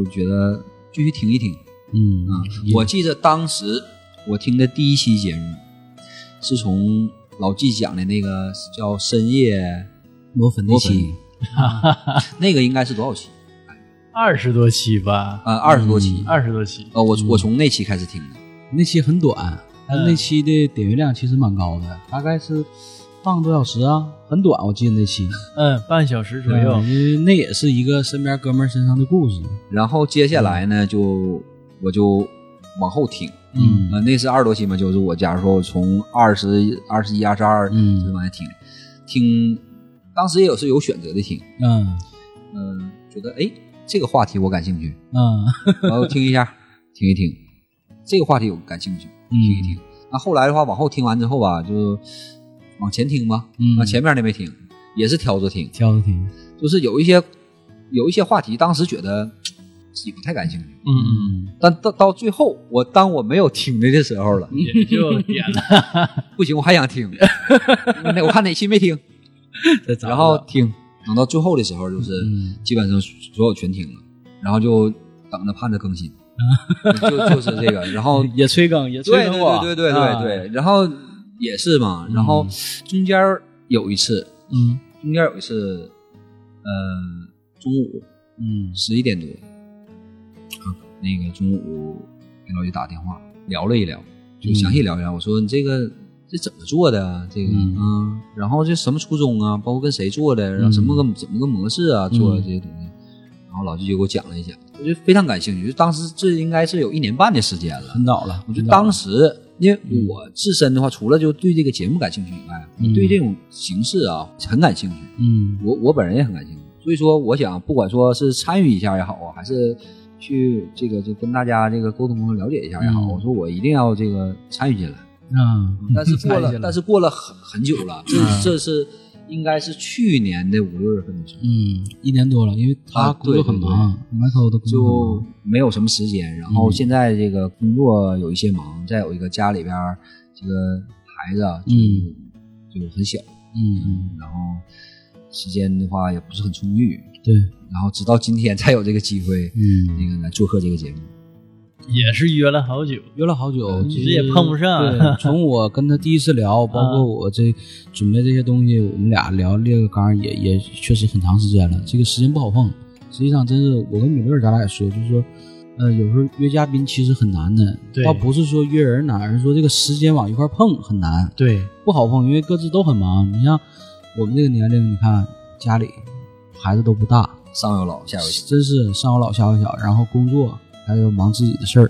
C: 我觉得继续听一听。
A: 嗯
C: 啊，我记得当时我听的第一期节目，是从老纪讲的那个叫《深夜
A: 磨粉
C: 那
A: 那
C: 期
A: 期，》，
C: 那个应该是多少期？
B: 二十多期吧，
C: 啊，二十多期。
A: 嗯
B: 二十多期，
C: 呃，我我从那期开始听的。
A: 那期很短，但那期的点阅量其实蛮高的，大概是半个多小时啊，很短。我记得那期
B: 嗯，半小时左右
A: 嗯，因为那也是一个身边哥们儿身上的故事。
C: 然后接下来呢，就我就往后听。
A: 嗯
C: 呃，那是二十多期嘛，就是我假如说我从二十二十一、二十二，
A: 嗯
C: 这往下听，听，当时也有是有选择的听，
A: 嗯
C: 嗯、觉得哎这个话题我感兴趣，
A: 嗯
C: 然后听一下，听一听，这个话题我感兴趣，听一
A: 嗯
C: 听。那后来的话，往后听完之后吧，就往前听吧。
A: 嗯
C: 那前面的没听，也是挑着听，
A: 挑着听，
C: 就是有一些有一些话题，当时觉得自己不太感兴趣，
B: 嗯
C: 但到到最后，我当我没有听的的时候了，
B: 嗯，也就点了，
C: 不行，我还想 听。那我看哪期没听，
A: 再找
C: 然后
A: 找
C: 听，等到最后的时候，就是
A: 嗯
C: 基本上所有全听了，然后就等着盼 着更新，就就是这个，然后
A: 也催更，也催
C: 对
A: 更过，
C: 对对对
A: 啊
C: 对对，，然后也是嘛，然后中间儿有一次，
A: 嗯
C: 中间儿有一次，呃，中午
A: 嗯
C: 十一点多，啊那个中午给老姐打电话聊了一聊，就详细聊一聊，我说你这个。这怎么做的啊？这个
A: 嗯
C: 嗯，然后这什么初衷啊？包括跟谁做的，然后什么
A: 嗯
C: 个怎么个模式啊？做的这些东西，然后老季就给我讲了一下，我就非常感兴趣。就当时这应该是有一年半的时间了，
A: 很早了，
C: 我就
A: 很早
C: 当
A: 了
C: 时，因为我自身的话，除了就对这个节目感兴趣以外，
A: 嗯
C: 对这种形式啊很感兴趣。
A: 嗯
C: 我我本人也很感兴趣，所以说我想，不管说是参与一下也好啊，还是去这个就跟大家这个沟通和了解一下也好，
A: 嗯
C: 我说我一定要这个参与进来。
A: 嗯，
C: 但是 过
A: 参与
C: 了，
A: 进来嗯
C: 但是过了很很久了，这、这是应该是去年的五六月份的时候，
A: 嗯，一年多了，因为他
C: 啊
A: 工作
C: 对
A: 很
C: 对
A: 忙，Michael 的工作
C: 就没有什么时间。然
A: 嗯
C: 后现在这个工作有一些忙，再有一个家里边儿这个孩子啊
A: 嗯
C: 就很小，
A: 嗯嗯，
C: 然后时间的话也不是很充裕，
A: 对，
C: 然后直到今天才有这个机会，
A: 嗯，
C: 那个来做客这个节目。
B: 也是约了好久，
A: 约了好久，
B: 嗯
A: 其
B: 这也
A: 实
B: 碰不上
A: 对，从我跟他第一次 聊，包括我这准备这些东西，我们俩聊列个纲也也确实很长时间了，这个时间不好碰。实际上，真是我跟米勒咱俩也说，就是说，呃，有时候约嘉宾其实很难的，
B: 对
A: 倒不是说约人难，而是说这个时间往一块碰很难，
B: 对，
A: 不好碰，因为各自都很忙。你像我们这个年龄，你看家里孩子都不大，
C: 上有老，下有小，
A: 真是上有老下有小，然后工作还有忙自己的事儿，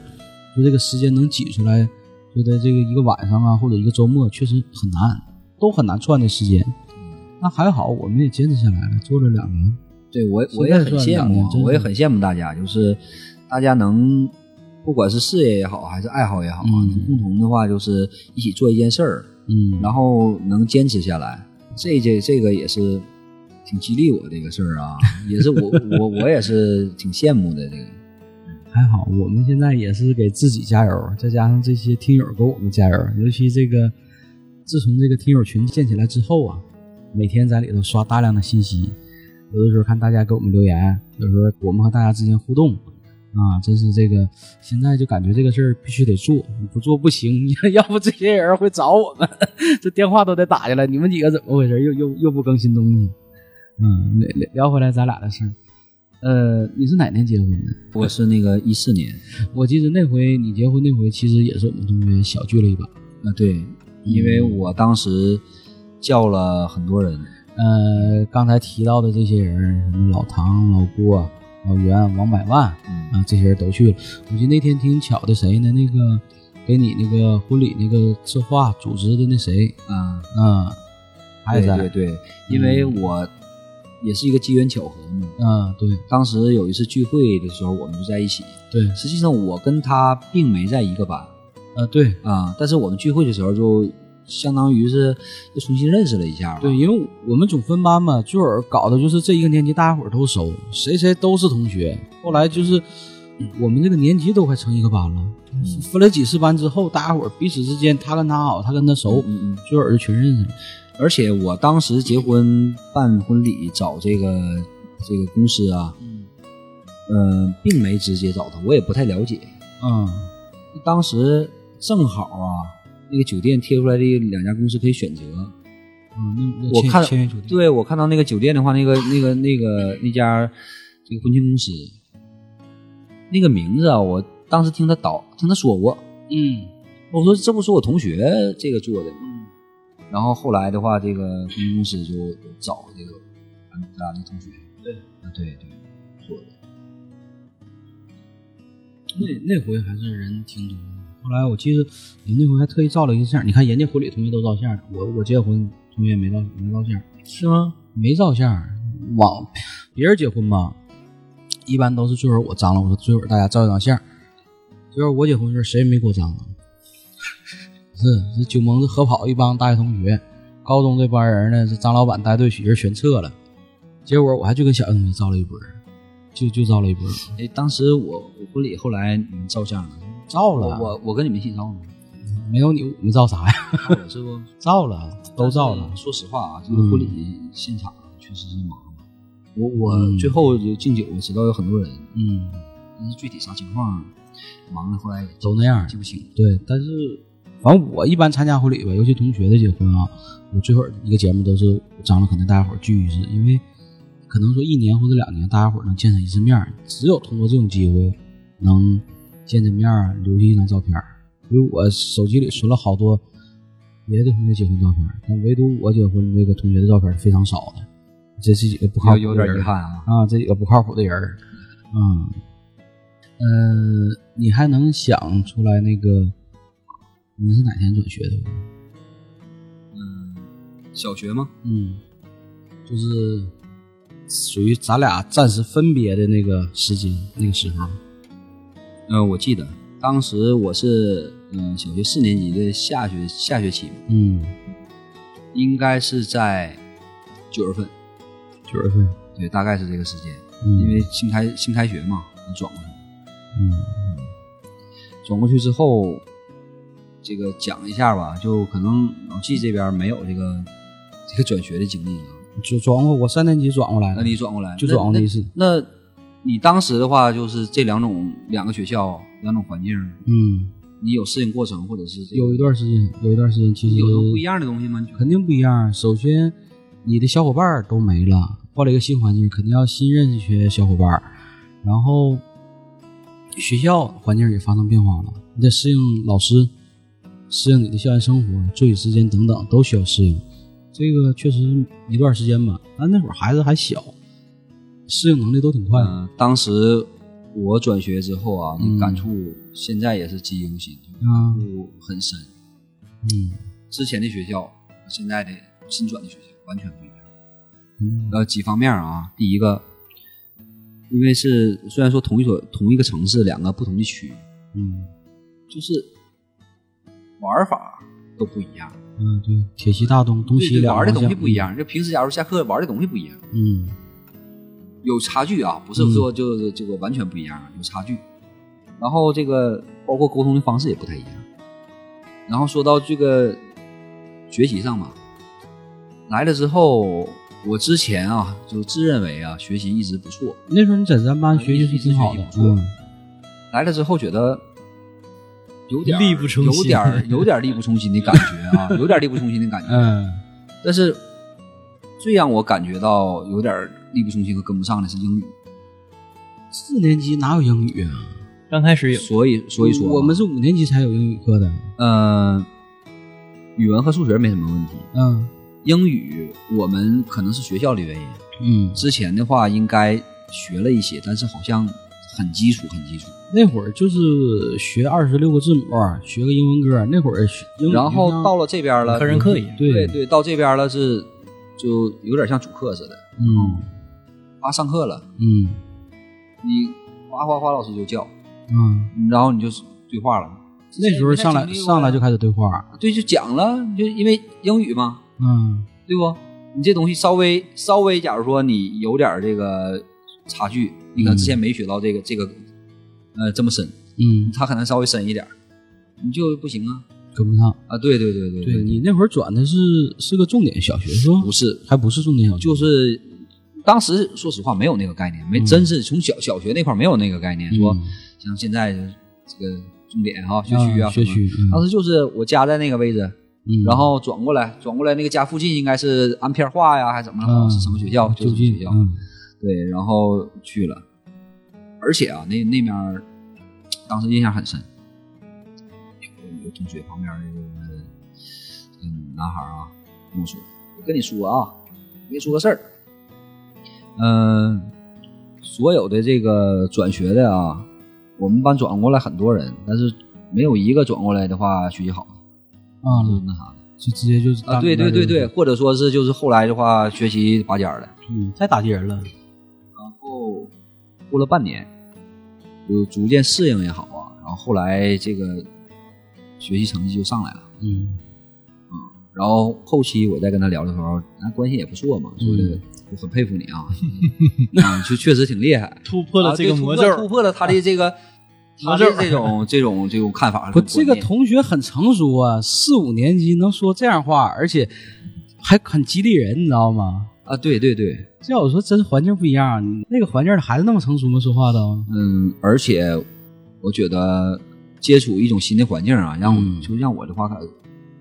A: 就这个时间能挤出来，就在这个一个晚上啊，或者一个周末，确实很难，都很难串的时间。那还好，我们也坚持下来了，做了两年。
C: 对我我
A: 现
C: 也
A: 在
C: 很
A: 算
C: 羡
A: 两
C: 慕
A: 年
C: 啊，
A: 真
C: 我也
A: 是
C: 很羡慕大家，就是大家能不管是事业也好，还是爱好也好啊，
A: 嗯
C: 共同的话就是一起做一件事儿，
A: 嗯，
C: 然后能坚持下来，这这这个也是挺激励我的一个事儿啊，也是我我我也是挺羡慕的这个。
A: 还好，我们现在也是给自己加油，再加上这些听友给我们加油，尤其这个，自从这个听友群建起来之后啊，每天在里头刷大量的信息，有的时候看大家给我们留言，有时候我们和大家之间互动，啊，真是这个现在就感觉这个事儿必须得做，你不做不行， 要不这些人会找我们，这电话都得打下来，你们几个怎么回事？又又又不更新东西，嗯，聊聊回来咱俩的事儿，呃，你是哪年结婚的？
C: 我是那个一四年，
A: 我记得那回你结婚那回，其实也是我们中间小聚了一把。
C: 啊对，因为
A: 嗯
C: 我当时叫了很多人，
A: 呃，刚才提到的这些人，什么老唐、老郭、老袁、王百万
C: 嗯
A: 啊，这些人都去了。我记得那天挺巧的，谁呢？那个给你那个婚礼那个策划组织的那谁
C: 啊，
A: 啊，还嗯
C: 对
A: 在
C: 对对，因为我也是一个机缘巧合嘛。
A: 啊，对
C: 当时有一次聚会的时候，我们就在一起。
A: 对，
C: 实际上我跟他并没在一个班
A: 啊对
C: 啊、但是我们聚会的时候就相当于是又重新认识了一下吧。
A: 对，因为我们总分班嘛，最后搞的就是这一个年级大家伙儿都熟，谁谁都是同学。后来就是我们这个年级都快成一个班了，分了几次班之后，大家伙儿彼此之间，他跟他好，他跟他熟，
C: 嗯嗯，
A: 最后就全认识了。
C: 而且我当时结婚办婚礼找这个这个公司啊，嗯、并没直接找他，我也不太了解。
A: 嗯
C: 当时正好啊，那个酒店贴出来的两家公司可以选择。
A: 嗯，那那
C: 我
A: 签
C: 看
A: 签约酒店，
C: 对我看到那个酒店的话，那个那个那个那家这个婚庆公司，那个名字啊，我当时听他导听他说过，
A: 嗯
C: 我说这不是我同学这个做的吗？然后后来的话，这个婚庆公司就找这个咱咱俩的同学，
B: 对
C: 啊对对做的，
A: 那那回还是人挺多的。后来我记得我那回还特意照了一个相，你看人家婚礼同学都照相，我我结婚同学没照没照相。
B: 是吗？
A: 没照相，往别人结婚吧，一般都是最后我张罗，我说最后大家照一张相。最后我结婚的时候谁也没给我张罗，是这九蒙子合跑一帮大学同学，高中这帮人呢，这张老板带队许人全撤了，结果我还就跟小学同学照了一波，就就照了一波，
C: 哎，当时我我婚礼后来你们照相了，
A: 照
C: 我
A: 了，
C: 我我跟你们一起照吗？
A: 没有你我们照啥呀？
C: 照了是不？
A: 照了，都照了
C: 但，是说实话啊，这个婚礼现场啊确实是忙。我我
A: 嗯
C: 最后就敬酒，我知道有很多人，
A: 嗯，
C: 但是具体啥情况，忙的后来也记
A: 都那样。
C: 记不清。
A: 对，但是反正我一般参加婚礼吧，尤其同学的结婚啊，我最后一个节目都是张罗，可能大家伙儿聚一次，因为可能说一年或者两年，大家伙儿能见上一次面儿，只有通过这种机会能见着面儿，留下一张照片儿。所以我手机里存了好多别的同学结婚照片儿，但唯独我结婚那个同学的照片儿是非常少的。这是几个不靠谱
C: 有
A: 的
C: 有点
A: 人
C: 遗憾啊，
A: 啊，这几个不靠谱的人儿，嗯，呃，你还能想出来那个你是哪天转学的吗？
C: 小学吗？
A: 嗯，就是属于咱俩暂时分别的那个时间，那个时候，
C: 嗯、我记得当时我是嗯、小学四年级的下学下学期，
A: 嗯，
C: 应该是在九月份，
A: 九月份，
C: 对，大概是这个时间，因
A: 嗯
C: 为新开新开学嘛，你转过去。
A: 嗯
C: 转过去之后，这个讲一下吧，就可能老季这边没有这个这个转学的经历啊，
A: 就转过我三年级转过来
C: 那
A: 的，
C: 你转过来
A: 就转过
C: 那
A: 那一次。
C: 那你当时的话，就是这两种两个学校两种环境，
A: 嗯，
C: 你有适应过程，或者是这个
A: 有一段时间，有一段时间其实
C: 有什么不一样的东西吗？
A: 肯定不一样。首先，你的小伙伴儿都没了，换了一个新环境，肯定要新认识一些小伙伴儿。然后，学校环境也发生变化了，你得适应老师，适应你的校园生活、作息时间等等，都需要适应。这个确实一段时间吧，但那会儿孩子还小，适应能力都挺快的。
C: 嗯、当时我转学之后啊，
A: 嗯
C: 那感触现在也是记忆犹新，
A: 啊，
C: 就很深。
A: 嗯
C: 之前的学校和现在的新转的学校完全不一样。
A: 嗯
C: 呃，几方面啊，第一个，因为是虽然说同一所同一个城市，两个不同的区，
A: 嗯
C: 就是玩法都不一样，
A: 嗯，对，铁西大东，东
C: 对
A: 西
C: 对，
A: 两
C: 玩
A: 个
C: 的
A: 方
C: 东西
A: 向
C: 不一。样。就平时假如下课玩的东西不一样，
A: 嗯
C: 有差距啊，不是说就是这个完全不一样，啊有差距。然后这个包括沟通的方式也不太一样。然后说到这个学习上嘛，来了之后，我之前啊就自认为啊学习一直不错，
A: 那时候你在咱班学习是挺好的
C: 一直，啊学习不
A: 嗯
C: 错来了之后觉得有点儿
B: 力不从心
C: 有点儿有点儿力不从心的感 觉啊，有点儿力不从心的感觉。
A: 嗯
C: 但是最让我感觉到有点儿力不从心和跟不上的是英语，
A: 四年级哪有英语啊？
B: 刚开始有，
C: 所以所以说啊
A: 我们是五年级才有英语课的。
C: 呃，语文和数学没什么问题，
A: 嗯
C: 英语我们可能是学校的原因，
A: 嗯，
C: 之前的话应该学了一些，但是好像很基础，很基础。
A: 那会儿就是学二十六个字母，啊学个英文歌。那会儿学英语
C: 然后
A: 就像
C: 到了这边了，
B: 科任课一样
A: 对
C: 对对，到这边了是就有点像主课似的，
A: 嗯
C: 啊，上课了，
A: 嗯
C: 你哗哗哗老师就叫，
A: 嗯，
C: 然后你就是对话了。
A: 那时候上来上来就开始对话。
C: 对，就讲了，就因为英语嘛，
A: 嗯
C: 对不？你这东西稍微稍微，假如说你有点儿这个差距，你可能之前没学到这个这个，呃，这么深，
A: 嗯，
C: 他可能稍微深一点儿，你就不行啊
A: 跟不上。
C: 啊！对对对对
A: 对你那会儿转的是是个重点小学是吧？
C: 不是，
A: 还不是重点小学，
C: 就是当时说实话没有那个概念，没
A: 嗯
C: 真是从小小学那块儿没有那个概念，说
A: 嗯
C: 像现在这个重点哈、学区啊
A: 嗯学
C: 什么的。
A: 区。嗯
C: 当时就是我家在那个位置，
A: 嗯
C: 然后转过来，转过来那个家附近应该是安片化呀，还是怎么了？
A: 嗯
C: 是什么学校？
A: 就
C: 就是什么
A: 近
C: 学校。
A: 嗯
C: 对，然后去了，而且啊，那那面儿当时印象很深，有有同学旁边儿这个嗯男孩儿啊跟我说：“我跟你说啊，我跟你说个事儿，嗯、所有的这个转学的啊，我们班转过来很多人，但是没有一个转过来的话学习好，
A: 啊，
C: 就是嗯那啥
A: 就直接就
C: 啊，对对对对，，或者说是就是后来的话学习拔尖儿了。”
A: 嗯，太打击人了。
C: 然后过了半年，就逐渐适应也好啊，然后后来这个学习成绩就上来了。
A: 嗯
C: 然后后期我再跟他聊的时候，咱关系也不错嘛，说的
A: 嗯
C: 我很佩服你 啊，啊，就确实挺厉害，
B: 突破了
C: 啊
B: 这
C: 对
B: 个
C: 突
B: 魔
C: 破
B: 咒，
C: 突破了他的这 个他
B: 魔
C: 的
B: 咒
C: 这种这种这种看法和
A: 不，
C: 观
A: 这
C: 念。
A: 个同学很成熟啊，四五年级能说这样话，而且还很激励人，你知道吗？
C: 啊，对对对，
A: 这要我说，真环境不一样，啊你那个环境的孩子那么成熟吗？说话都，
C: 嗯，而且我觉得接触一种新的环境啊，让我、
A: 嗯
C: 就让我的话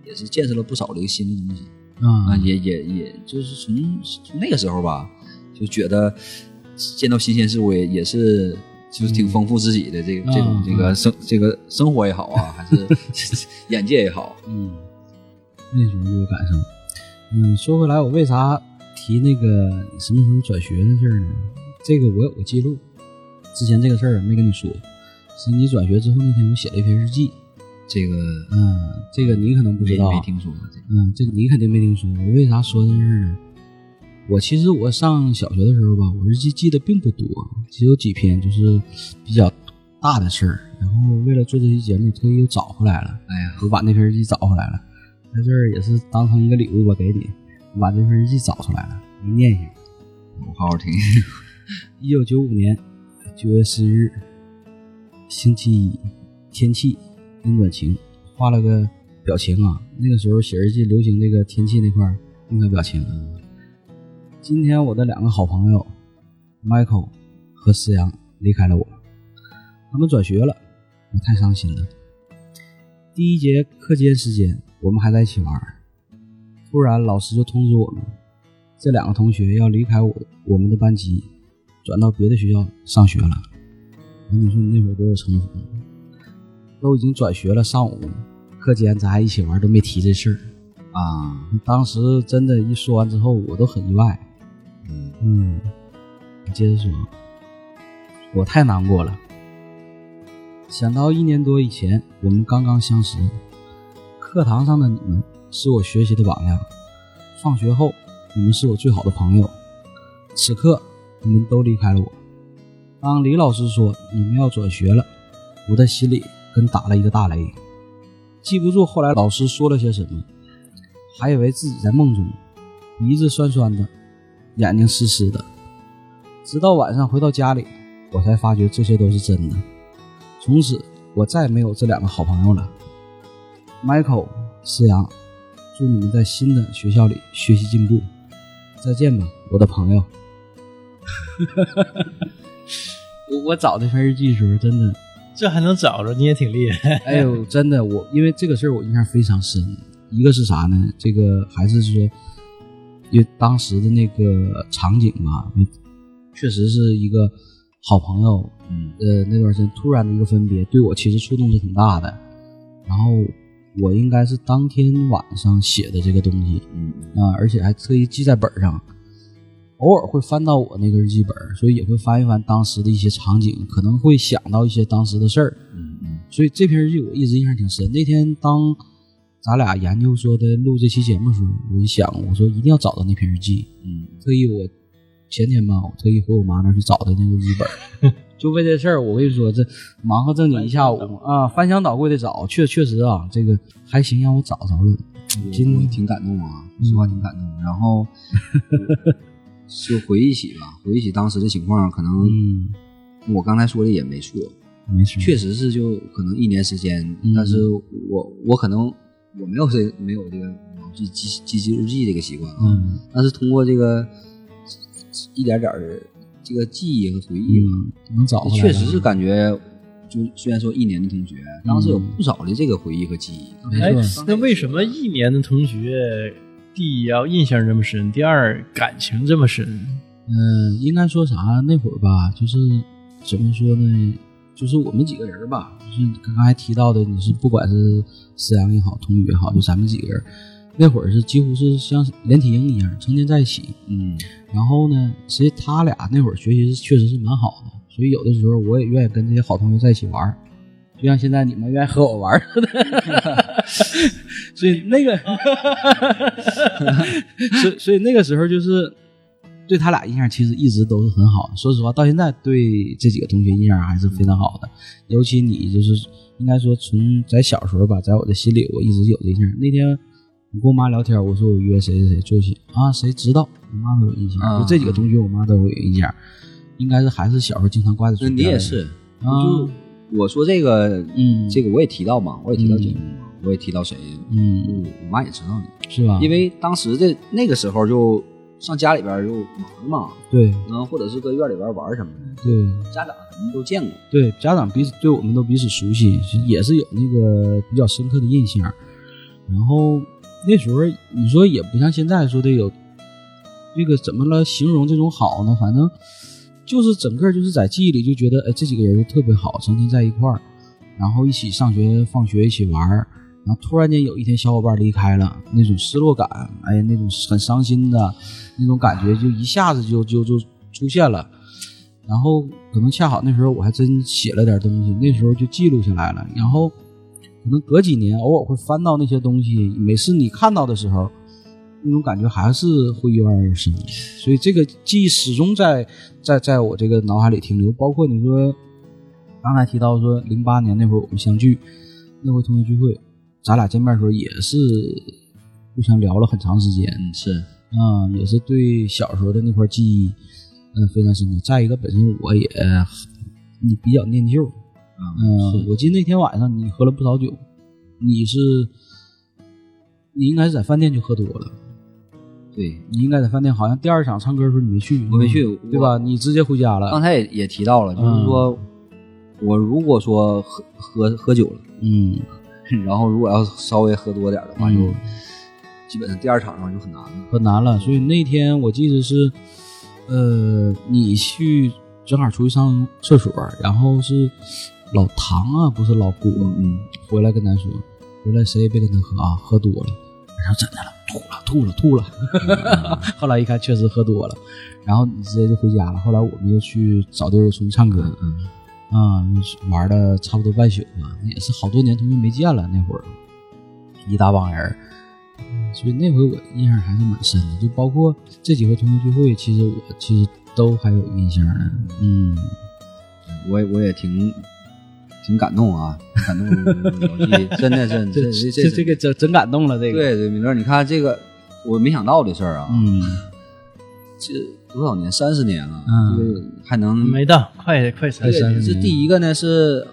C: 也是见识了不少的一个新的东西。啊，
A: 嗯
C: 也也也就是从从那个时候吧，就觉得见到新鲜事物也也是就是挺丰富自己的这个、这种
A: 嗯
C: 这个生这个生活也好啊，还 是眼界也好，
A: 嗯，那时候就有感受。嗯，说回来，我为啥提那个什么时候转学的事儿呢？这个我有个记录，之前这个事儿没跟你说，是你转学之后那天我写了一篇日记。
C: 这个
A: 嗯，这个你可能不
C: 没
A: 知道，啊
C: 没听说过这个
A: 嗯，这你肯定没听说。我为啥说这事儿呢？我其实我上小学的时候吧，我日记记得并不多，只有几篇，就是比较大的事儿。然后为了做这期节目，特意又找回来了。
C: 哎呀，
A: 我把那篇日记找回来了，在这儿也是当成一个礼物吧，给你。我把这篇日记找出来了，你念一下。
C: 我好好 听。
A: 一九九五年九月十日，星期一，天气阴转晴，画了个表情啊，那个时候写日记流行这个天气那块儿那个表情啊。今天我的两个好朋友 Michael 和思阳离开了我，他们转学了，我太伤心了。第一节课间时间，我们还在一起玩儿，突然老师就通知我们，这两个同学要离开我我们的班级，转到别的学校上学了。你说那会儿多少城府？都已经转学了，上午课间咱还一起玩，都没提这事儿。
C: 啊，
A: 当时真的，一说完之后，我都很意外。
C: 嗯
A: 嗯，接着说，我太难过了。想到一年多以前我们刚刚相识，课堂上的你们是我学习的榜样，放学后你们是我最好的朋友，此刻你们都离开了我。当李老师说你们要转学了，我的心里跟打了一个大雷，记不住后来老师说了些什么，还以为自己在梦中，鼻子酸酸的，眼睛湿湿的。直到晚上回到家里，我才发觉这些都是真的。从此，我再也没有这两个好朋友了。Michael、思阳，祝你们在新的学校里学习进步。再见吧，我的朋友。 我我找这份日记的时候，真的，
B: 这还能找着，你也挺厉害。
A: 哎呦，真的，我因为这个事儿我印象非常深。一个是啥呢？这个还是说，因为当时的那个场景吧，确实是一个好朋友，
C: 嗯
A: 呃，那段时间突然的一个分别，对我其实触动是挺大的。然后我应该是当天晚上写的这个东西
C: 嗯
A: 啊、而且还特意记在本儿上。偶尔会翻到我那个日记本儿，所以也会翻一翻当时的一些场景，可能会想到一些当时的事儿。
C: 嗯嗯
A: 所以这篇日记我一直印象挺深。那天当咱俩研究说的录这期节目的时候，我就想，我说一定要找到那篇日记。
C: 嗯
A: 特意我前天吧，我特意回我妈那儿去找的那个日本儿， 就为这事儿。我跟你说，这忙活正经一下午啊，翻箱倒柜的找，确确实啊，这个还行，让我找着了。
C: 嗯我我挺感动啊，说实话挺感动。
A: 嗯
C: 然 后就回忆起吧，回忆起当时的情况，可能
A: 嗯，
C: 我刚才说的也没错，
A: 没事，
C: 确实是就可能一年时间，
A: 嗯
C: 但是我我可能我没有这没有这个记记记记日记这个习惯啊，
A: 嗯
C: 但是通过这个一点点儿的这个记忆和回忆吧，
A: 嗯，能找回来
C: 确实是
A: 了
C: 感觉，就虽然说一年的同学，当时有不少的这个回忆和记忆。啊
A: 没
B: 哎
A: 错，
B: 那为什么一年的同学，第一要印象这么深，第二感情这么深？
A: 嗯，应该说啥？那会儿吧，就是怎么说呢？就是我们几个人吧，就是刚才提到的，你是不管是思阳也好，童宇也好，就咱们几个人，那会儿是几乎是像连体婴一样，成天在一起。
C: 嗯
A: 然后呢，其实他俩那会儿学习是确实是蛮好的，所以有的时候我也愿意跟这些好同学在一起玩儿，就像现在你们愿意和我玩 儿似的。所以那个，所以所以那个时候就是对他俩印象其实一直都是很好的。说实话，到现在对这几个同学印象还是非常好的。尤其你就是应该说从在小时候吧，在我的心里我一直有这印象。那天我跟我妈聊天，我说我约谁谁谁坐起啊，谁知道？我妈都有印象，
C: 啊
A: 就这几个同学我妈都有印象，应该是还是小时候经常挂在嘴
C: 那
A: 边
C: 你
A: 的。
C: 也是，
A: 啊，
C: 就我说这个，
A: 嗯
C: 这个我也提到嘛，我也提到节目嘛，我也提到谁，
A: 嗯，
C: 我我妈也知道你，
A: 是吧？
C: 因为当时这那个时候就上家里边儿就忙嘛，
A: 对
C: 嗯，或者是搁院里边儿玩儿什么的，
A: 对
C: 家长肯定都见过。啊
A: 对，家长彼此对我们都彼此熟悉，也是有那个比较深刻的印象。然后那时候你说也不像现在说的有这个怎么了形容这种好呢？反正就是整个就是在记忆里就觉得，哎，这几个人就特别好，成天在一块儿，然后一起上学、放学一起玩儿。然后突然间有一天小伙伴离开了，那种失落感，哎，那种很伤心的那种感觉，就一下子就就就出现了。然后可能恰好那时候我还真写了点东西，那时候就记录下来了。然后可能隔几年偶尔会翻到那些东西，每次你看到的时候，那种感觉还是会油然而生。所以这个记忆始终在在在我这个脑海里停留。包括你说刚才提到说零八年那会儿我们相聚，那回同学聚会，咱俩见面的时候也是互相聊了很长时间。
C: 嗯，是，
A: 啊、也是对小时候的那块记忆，嗯、非常深刻。再一个，本身我也你比较念旧，嗯
C: 嗯
A: 嗯、我记得那天晚上你喝了不少酒，你是你应该是在饭店就喝多了，
C: 对，
A: 你应该在饭店，好像第二场唱歌的时候你没去，
C: 我没去
A: 对
C: 我
A: 吧？你直接回家
C: 刚
A: 了，
C: 才也也提到了，就是说，我如果说喝喝喝酒了，
A: 嗯
C: 然后如果要稍微喝多点儿的话，就
A: 嗯
C: 基本上第二场上就很难了。
A: 很难了。所以那天我记得是，呃，你去正好出去上厕所，然后是老唐啊，不是老郭，
C: 嗯，
A: 回来跟咱说，回来谁也别跟他喝啊，喝多了。然后真的了，吐了，吐了，吐了。
C: 嗯
A: 后来一看，确实喝多了，然后你直接就回家了。后来我们就去找地儿出去唱歌，
C: 嗯
A: 啊、玩了差不多半宿吧，也是好多年同学没见了那会儿，一大帮人儿，所以那回我印象还是蛮深的。就包括这几回同学聚会，其实我其实都还有印象呢。嗯，
C: 我也我也挺挺感动啊，感动老纪，真的真的这 这
A: 这这个真真感动了，这个，
C: 对对，米勒，你看这个我没想到的事儿啊，
A: 嗯，
C: 这多少年，三十年了，
A: 嗯
C: 这个还能
B: 没到，快快三
C: 对
B: 十
A: 30年
C: 这第一个呢是，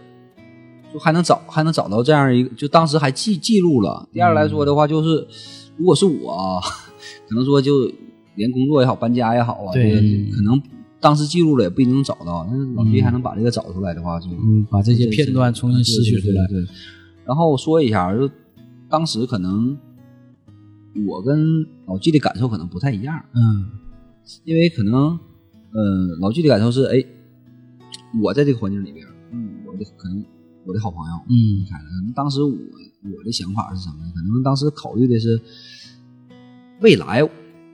C: 就还能找还能找到这样一个，就当时还记记录了。第二来说
A: 嗯
C: 的话，就是、如果是我 啊，可能说就连工作也好，搬家也好啊，
B: 对
C: 这个
A: 嗯
C: 可能当时记录了也不一定能找到。但是老
A: 嗯
C: 毕还能把这个找出来的话，就
A: 嗯，把这些片段重新拾取出来。
C: 对对对对然后说一下，就当时可能我跟老纪的感受可能不太一样。
A: 嗯
C: 因为可能，呃，老具的感受是，哎，我在这个环境里边，嗯，我的可能我的好朋友离
A: 嗯
C: 开了，可能当时我我的想法是什么呢？可能当时考虑的是未来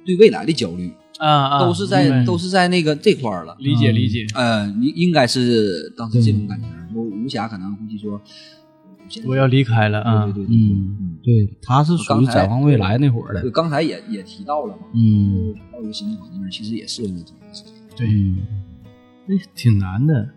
C: 对未来的焦虑，
B: 啊啊，
C: 都是在、
B: 明白嗯
C: 都是在那个这块儿了。
B: 理解理解，
C: 呃，应应该是当时这种感觉，我无暇可能估计说，现在
B: 我要离开了啊
C: 对，对对，
A: 嗯，对，他是属于展望未来那会儿
C: 对
A: 的。
C: 刚才也也提到了嘛，
A: 嗯，
C: 到一个新的环境，其实也适应了这件事情。
A: 嗯
B: 那哎挺难的。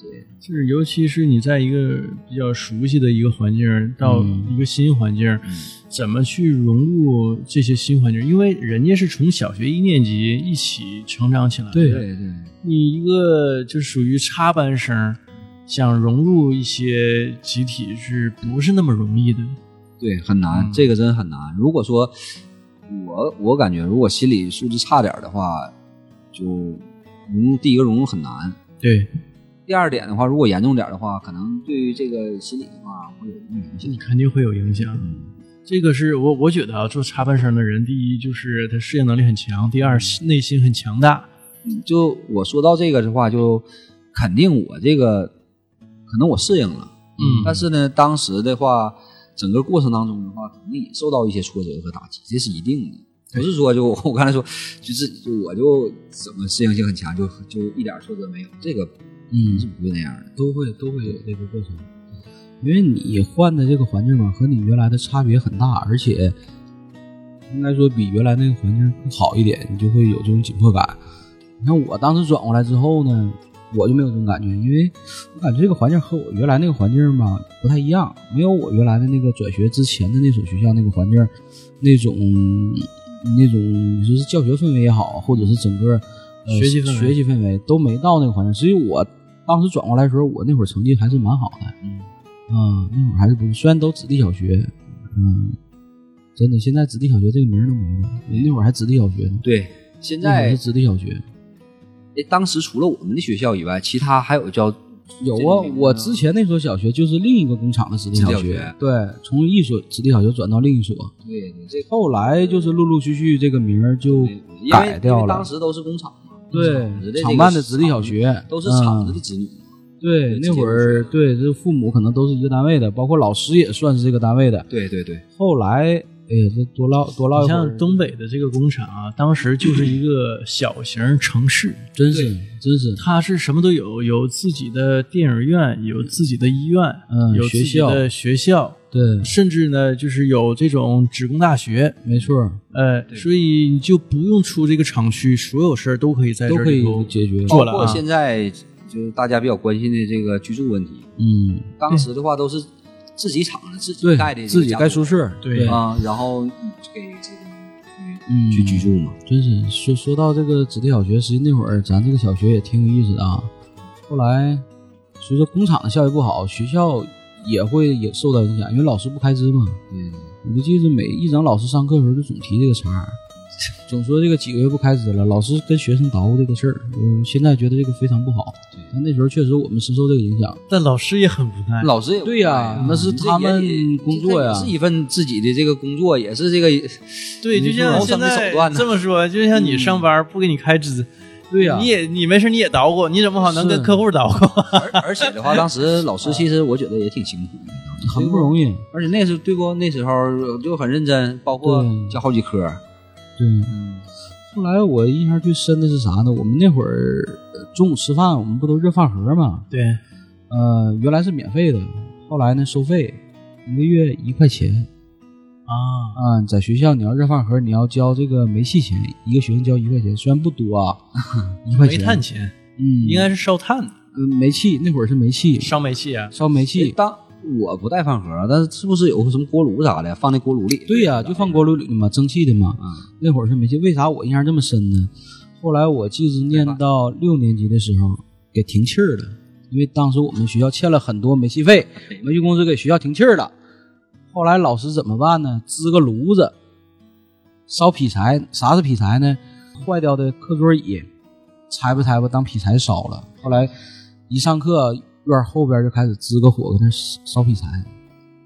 C: 对，
B: 就是尤其是你在一个比较熟悉的一个环境儿，到
A: 嗯
B: 一个新环境儿，怎么去融入这些新环境儿？因为人家是从小学一年级一起成长起来的，
A: 对
C: 对对。
B: 你一个就属于插班生儿，想融入一些集体是不是那么容易的？
C: 对，很难，
B: 嗯
C: 这个真很难。如果说我我感觉，如果心理素质差点的话，就融入第一个融入很难。
B: 对，
C: 第二点的话，如果严重点的话，可能对于这个心理的话会有一定影响。
B: 肯定会有影响。
C: 嗯，
B: 这个是我我觉得啊，做插班生的人，第一就是他适应能力很强，第二内心很强大。
C: 就我说到这个的话，就肯定我这个可能我适应了，
B: 嗯
C: 但是呢，当时的话，整个过程当中的话，肯定也受到一些挫折和打击，这是一定的。不是说就我刚才说，就是就我就怎么适应性很强，就就一点挫折没有，这个
A: 嗯
C: 是，不会那样的。
A: 都会都会有这个过程，因为你换的这个环境嘛，和你原来的差别很大，而且应该说比原来那个环境更好一点，你就会有这种紧迫感。你看我当时转过来之后呢，我就没有这种感觉，因为我感觉这个环境和我原来那个环境吧不太一样，没有我原来的那个转学之前的那所学校那个环境，那种那种就是教学氛围也好，或者是整个、呃
B: 学习氛围
A: 学习氛围都没到那个环境，所以我当时转过来的时候，我那会儿成绩还是蛮好的，
C: 嗯
A: 啊、那会儿还是不错，虽然都子弟小学，嗯，真的现在子弟小学这个名儿都没了，我那会儿还子弟小学呢，
C: 对，现
A: 那会儿
C: 在
A: 是子弟小学，
C: 诶当时除了我们的学校以外，其他还有叫
A: 有
C: 这
A: 啊
C: 个名，字
A: 我
C: 吗
A: 之前那所小学就是另一个工厂的子弟小
C: 子弟小学
A: 对，从一所子弟小学转到另一所，
C: 对对这
A: 后来就是陆陆续续这个名儿就
C: 对因为
A: 改
C: 因
A: 掉
C: 为当
A: 了。
C: 时都是工厂嘛，厂子的
A: 对，
C: 这
A: 厂
C: 个
A: 办的子弟小学
C: 都是厂子的
A: 嗯
C: 子女，
A: 对，那会儿
C: 子弟小学
A: 对，这父母可能都是一个单位的，包括老师也算是这个单位的。
C: 对对对，
A: 后来，哎呀，这多唠多唠一
B: 你
A: 会儿
B: 像，东北的这个工厂啊，当时就是一个小型城市，
A: 真是真是，
B: 它是什么都有，有自己的电影院，有自己的医院，
A: 嗯
B: 有自己的学校，
A: 对，
B: 甚至呢，就是有这种职工大学，
A: 没错儿，
B: 呃，所以你就不用出这个厂区，所有事儿都可以在
A: 都
B: 这
A: 可
B: 里
A: 以
B: 头
A: 解决。
B: 做
C: 包
B: 了
C: 括
B: 啊。
C: 现在就是大家比较关心的这个居住问题，
A: 嗯，
C: 当时的话都是自己厂子自己
A: 对
C: 盖的，，
A: 自己盖宿舍，
B: 对
A: 对，
C: 啊，然后给这个
A: 嗯，
C: 去去居住嘛。
A: 真是说说到这个子弟小学，实际那会儿咱这个小学也挺有意思的啊。后来随着工厂的效益不好，学校也会也受到影响，因为老师不开支嘛。
C: 对，
A: 我就记得每一整老师上课的时候就总提这个茬儿，总说这个几个月不开支了，老师跟学生捣鼓这个事儿。嗯，现在觉得这个非常不好，但那时候确实我们深受这个影响。
B: 但老师也很无奈。
C: 老师也哎
A: 对呀那是他们工作呀
C: 是一份自己的这个工作，也是 这个
B: 对，就
C: 你说
B: 像
C: 老
B: 现
C: 省的
B: 在
C: 手段呢
B: 这么说，就像你上班不给你开支，
A: 对呀
B: 你也你没事你也捣鼓，你怎么好能跟
A: 啊是
B: 客户捣鼓？
C: 而而且的话，当时老师其实我觉得也挺辛苦的，
A: 很不容易。
C: 而且那时候对不？那时候就很认真，包括
A: 对
C: 教好几科。
A: 对，
C: 嗯，
A: 后来我印象最深的是啥呢？我们那会儿呃中午吃饭，我们不都热饭盒吗？
B: 对，
A: 呃，原来是免费的，后来呢收费，一个月一块钱。
B: 啊，
A: 嗯，在学校你要热饭盒，你要交这个煤气钱，一个学生交一块钱，虽然不多啊， 一块
B: 煤
A: 钱。
B: 炭钱
A: 嗯，
B: 应该是烧炭的，
A: 嗯煤气那会儿是煤气
B: 烧煤气啊。
A: 烧煤气，
C: 当我不带饭盒，但是是不是有个什么锅炉啥的放那锅炉里？
A: 对呀、就放锅炉里的嘛，蒸汽的嘛。
C: 嗯，
A: 那会儿是煤气，为啥我印象这么深呢？后来我记着念到六年级的时候给停气儿了，因为当时我们学校欠了很多煤气费，煤气公司给学校停气儿了。后来老师怎么办呢？支个炉子，烧劈柴。啥是劈柴呢？坏掉的课桌椅，拆吧拆吧当劈柴烧了。后来一上课，院儿后边就开始支个火搁那烧劈柴。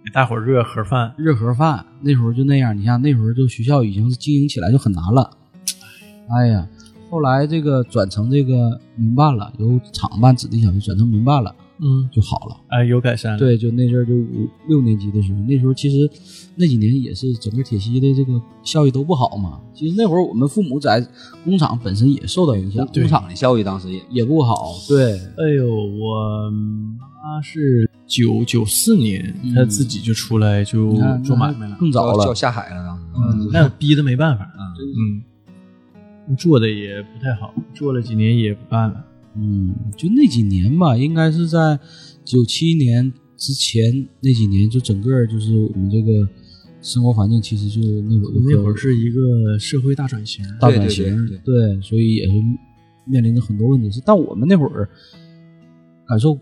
B: 给大伙儿热盒饭，
A: 热盒饭，那时候就那样。你像那时候就学校已经是经营起来就很难了。哎呀，后来这个转成这个民办了，由厂办子弟小学转成民办了
B: 嗯，
A: 就好了。
B: 哎，有改善了。，
A: 对，就那阵儿就五六年级的时候，那时候其实那几年也是整个铁西的这个效益都不好嘛。其实那会儿我们父母在工厂本身也受到影响，
C: 工厂的效益当时也
A: 也不好。对，
B: 哎呦，我妈是九九四年，
A: 嗯
B: 她自己就出来就
A: 你看
B: 做买卖了，
A: 更早
C: 叫
A: 了
C: 叫。下海了当时。
B: 嗯，那逼的没办法，
C: 嗯，
B: 嗯，做的也不太好，做了几年也不干了。
A: 嗯，就那几年吧，应该是在九七年之前那几年，就整个就是我们这个生活环境其实就那会儿就
B: 那会儿是一个社会大转型，
A: 大
C: 对
A: 转
C: 对
A: 型，
C: 对
A: 所以也是面临着很多问题。是，但我们那会儿感受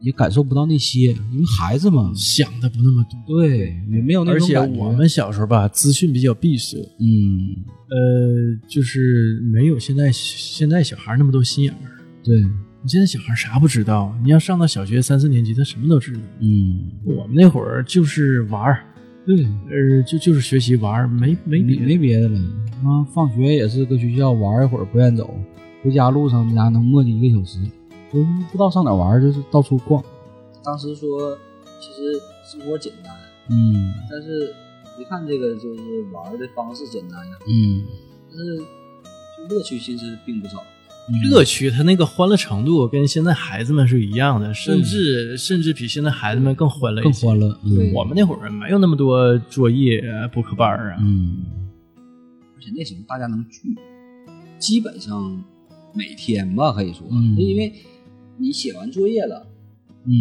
A: 也感受不到那些，因为孩子嘛，
B: 想的不那么多。
A: 对，也没有那
B: 嗯而
A: 种
B: 且
A: 感觉。
B: 我们小时候吧，资讯比较闭塞，
A: 嗯，
B: 呃，就是没有现在现在小孩那么多心眼儿。
A: 对，
B: 你现在小孩啥不知道？啊你要上到小学三四年级，他什么都知道。
A: 嗯，
B: 我们那会儿就是玩儿，
A: 对，嗯
B: 呃，就就是学习玩儿，没没
A: 没
B: 别的。
A: 没别的了。啊，放学也是搁学校玩一会儿，不愿走，回家路上家能磨叽一个小时，就是不知道上哪玩儿，就是到处逛。
C: 当时说其实生活简单，
A: 嗯
C: 但是一看这个就是玩的方式简单呀，
A: 嗯，
C: 但是就乐趣其实并不少。
B: 乐趣，他那个欢乐程度跟现在孩子们是一样的，甚至甚至比现在孩子们更欢乐
A: 嗯
B: 一
A: 更
B: 些。
A: 欢乐。嗯
B: 我们那会儿没有那么多作业、补课班儿啊，
A: 嗯
C: 而且那时候大家能聚，基本上每天吧，可以说，
A: 嗯
C: 因为你写完作业了，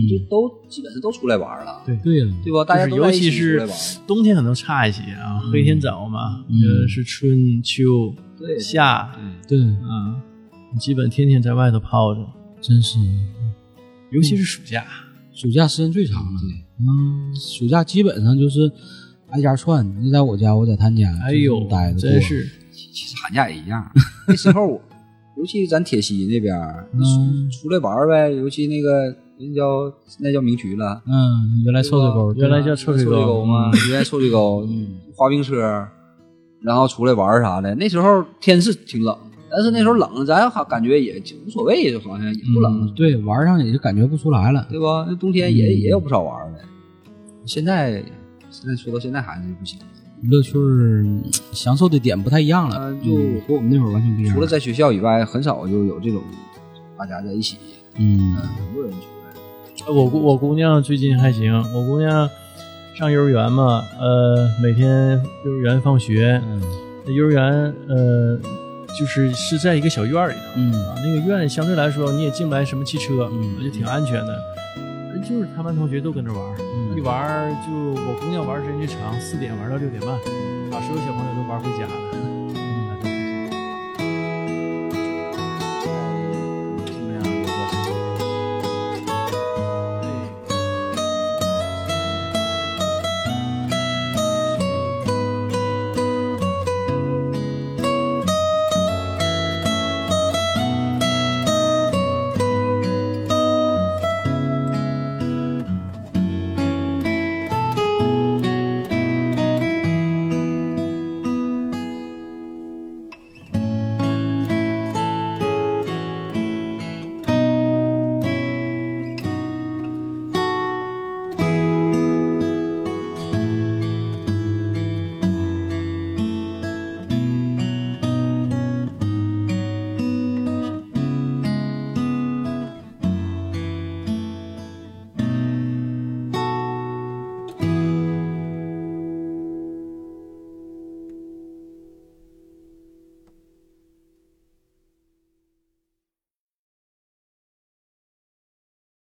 C: 就
A: 嗯，
C: 都基本上都出来玩了，
B: 对
A: 对呀、
C: 对吧？大
B: 就
C: 家
B: 是
C: 都
B: 尤
C: 在一
B: 其
C: 起出
B: 是
C: 来玩，
B: 冬天可能差一些啊，黑天早嘛，
A: 嗯
B: 呃，是春秋
C: 对，
B: 夏，
C: 嗯，
A: 对，
B: 啊，基本天天在外头泡着，
A: 真是
B: 尤其是暑假，
A: 暑假时间最长了。嗯，暑假基本上就是挨家串，你在我家，我在他家，
B: 哎
A: 就这
B: 呦
A: 么待着，过
B: 真是
C: 其实寒假也一样。 那时候我，尤其咱铁西那边儿
A: 嗯
C: 出来玩呗，尤其那个那叫那叫明渠了，
A: 嗯，原来臭水沟，
B: 原来叫臭水沟
C: 沟嘛，原来臭水沟，
A: 嗯
C: 滑冰车，然后出来玩啥的。那时候天是挺冷，但是那时候冷，咱好感觉也无所谓，好像也不冷，
A: 嗯，对，玩儿上也就感觉不出来了。
C: 对吧？那冬天也、
A: 嗯
C: 也有不少玩的。现在现在说到现在孩子就不行，
A: 乐趣儿嗯享受的点不太一样了，
C: 嗯就
A: 嗯和我们那会儿完全不一样。
C: 除了在学校以外，很少就有这种大家在一起，
A: 嗯
C: 嗯，很多人出来。
B: 哎我姑我姑娘最近还行，我姑娘上幼儿园嘛，呃，每天幼儿园放学，
A: 嗯
B: 幼儿园呃，就是是在一个小院儿里头，
A: 嗯
B: 啊，那个院相对来说你也进不来什么汽车，
A: 嗯
B: 就挺安全的。哎就是他们同学都跟着玩儿，
A: 嗯
B: 一玩儿就我姑娘玩儿时间最长，四点玩儿到六点半，把所有小朋友都玩儿回家了。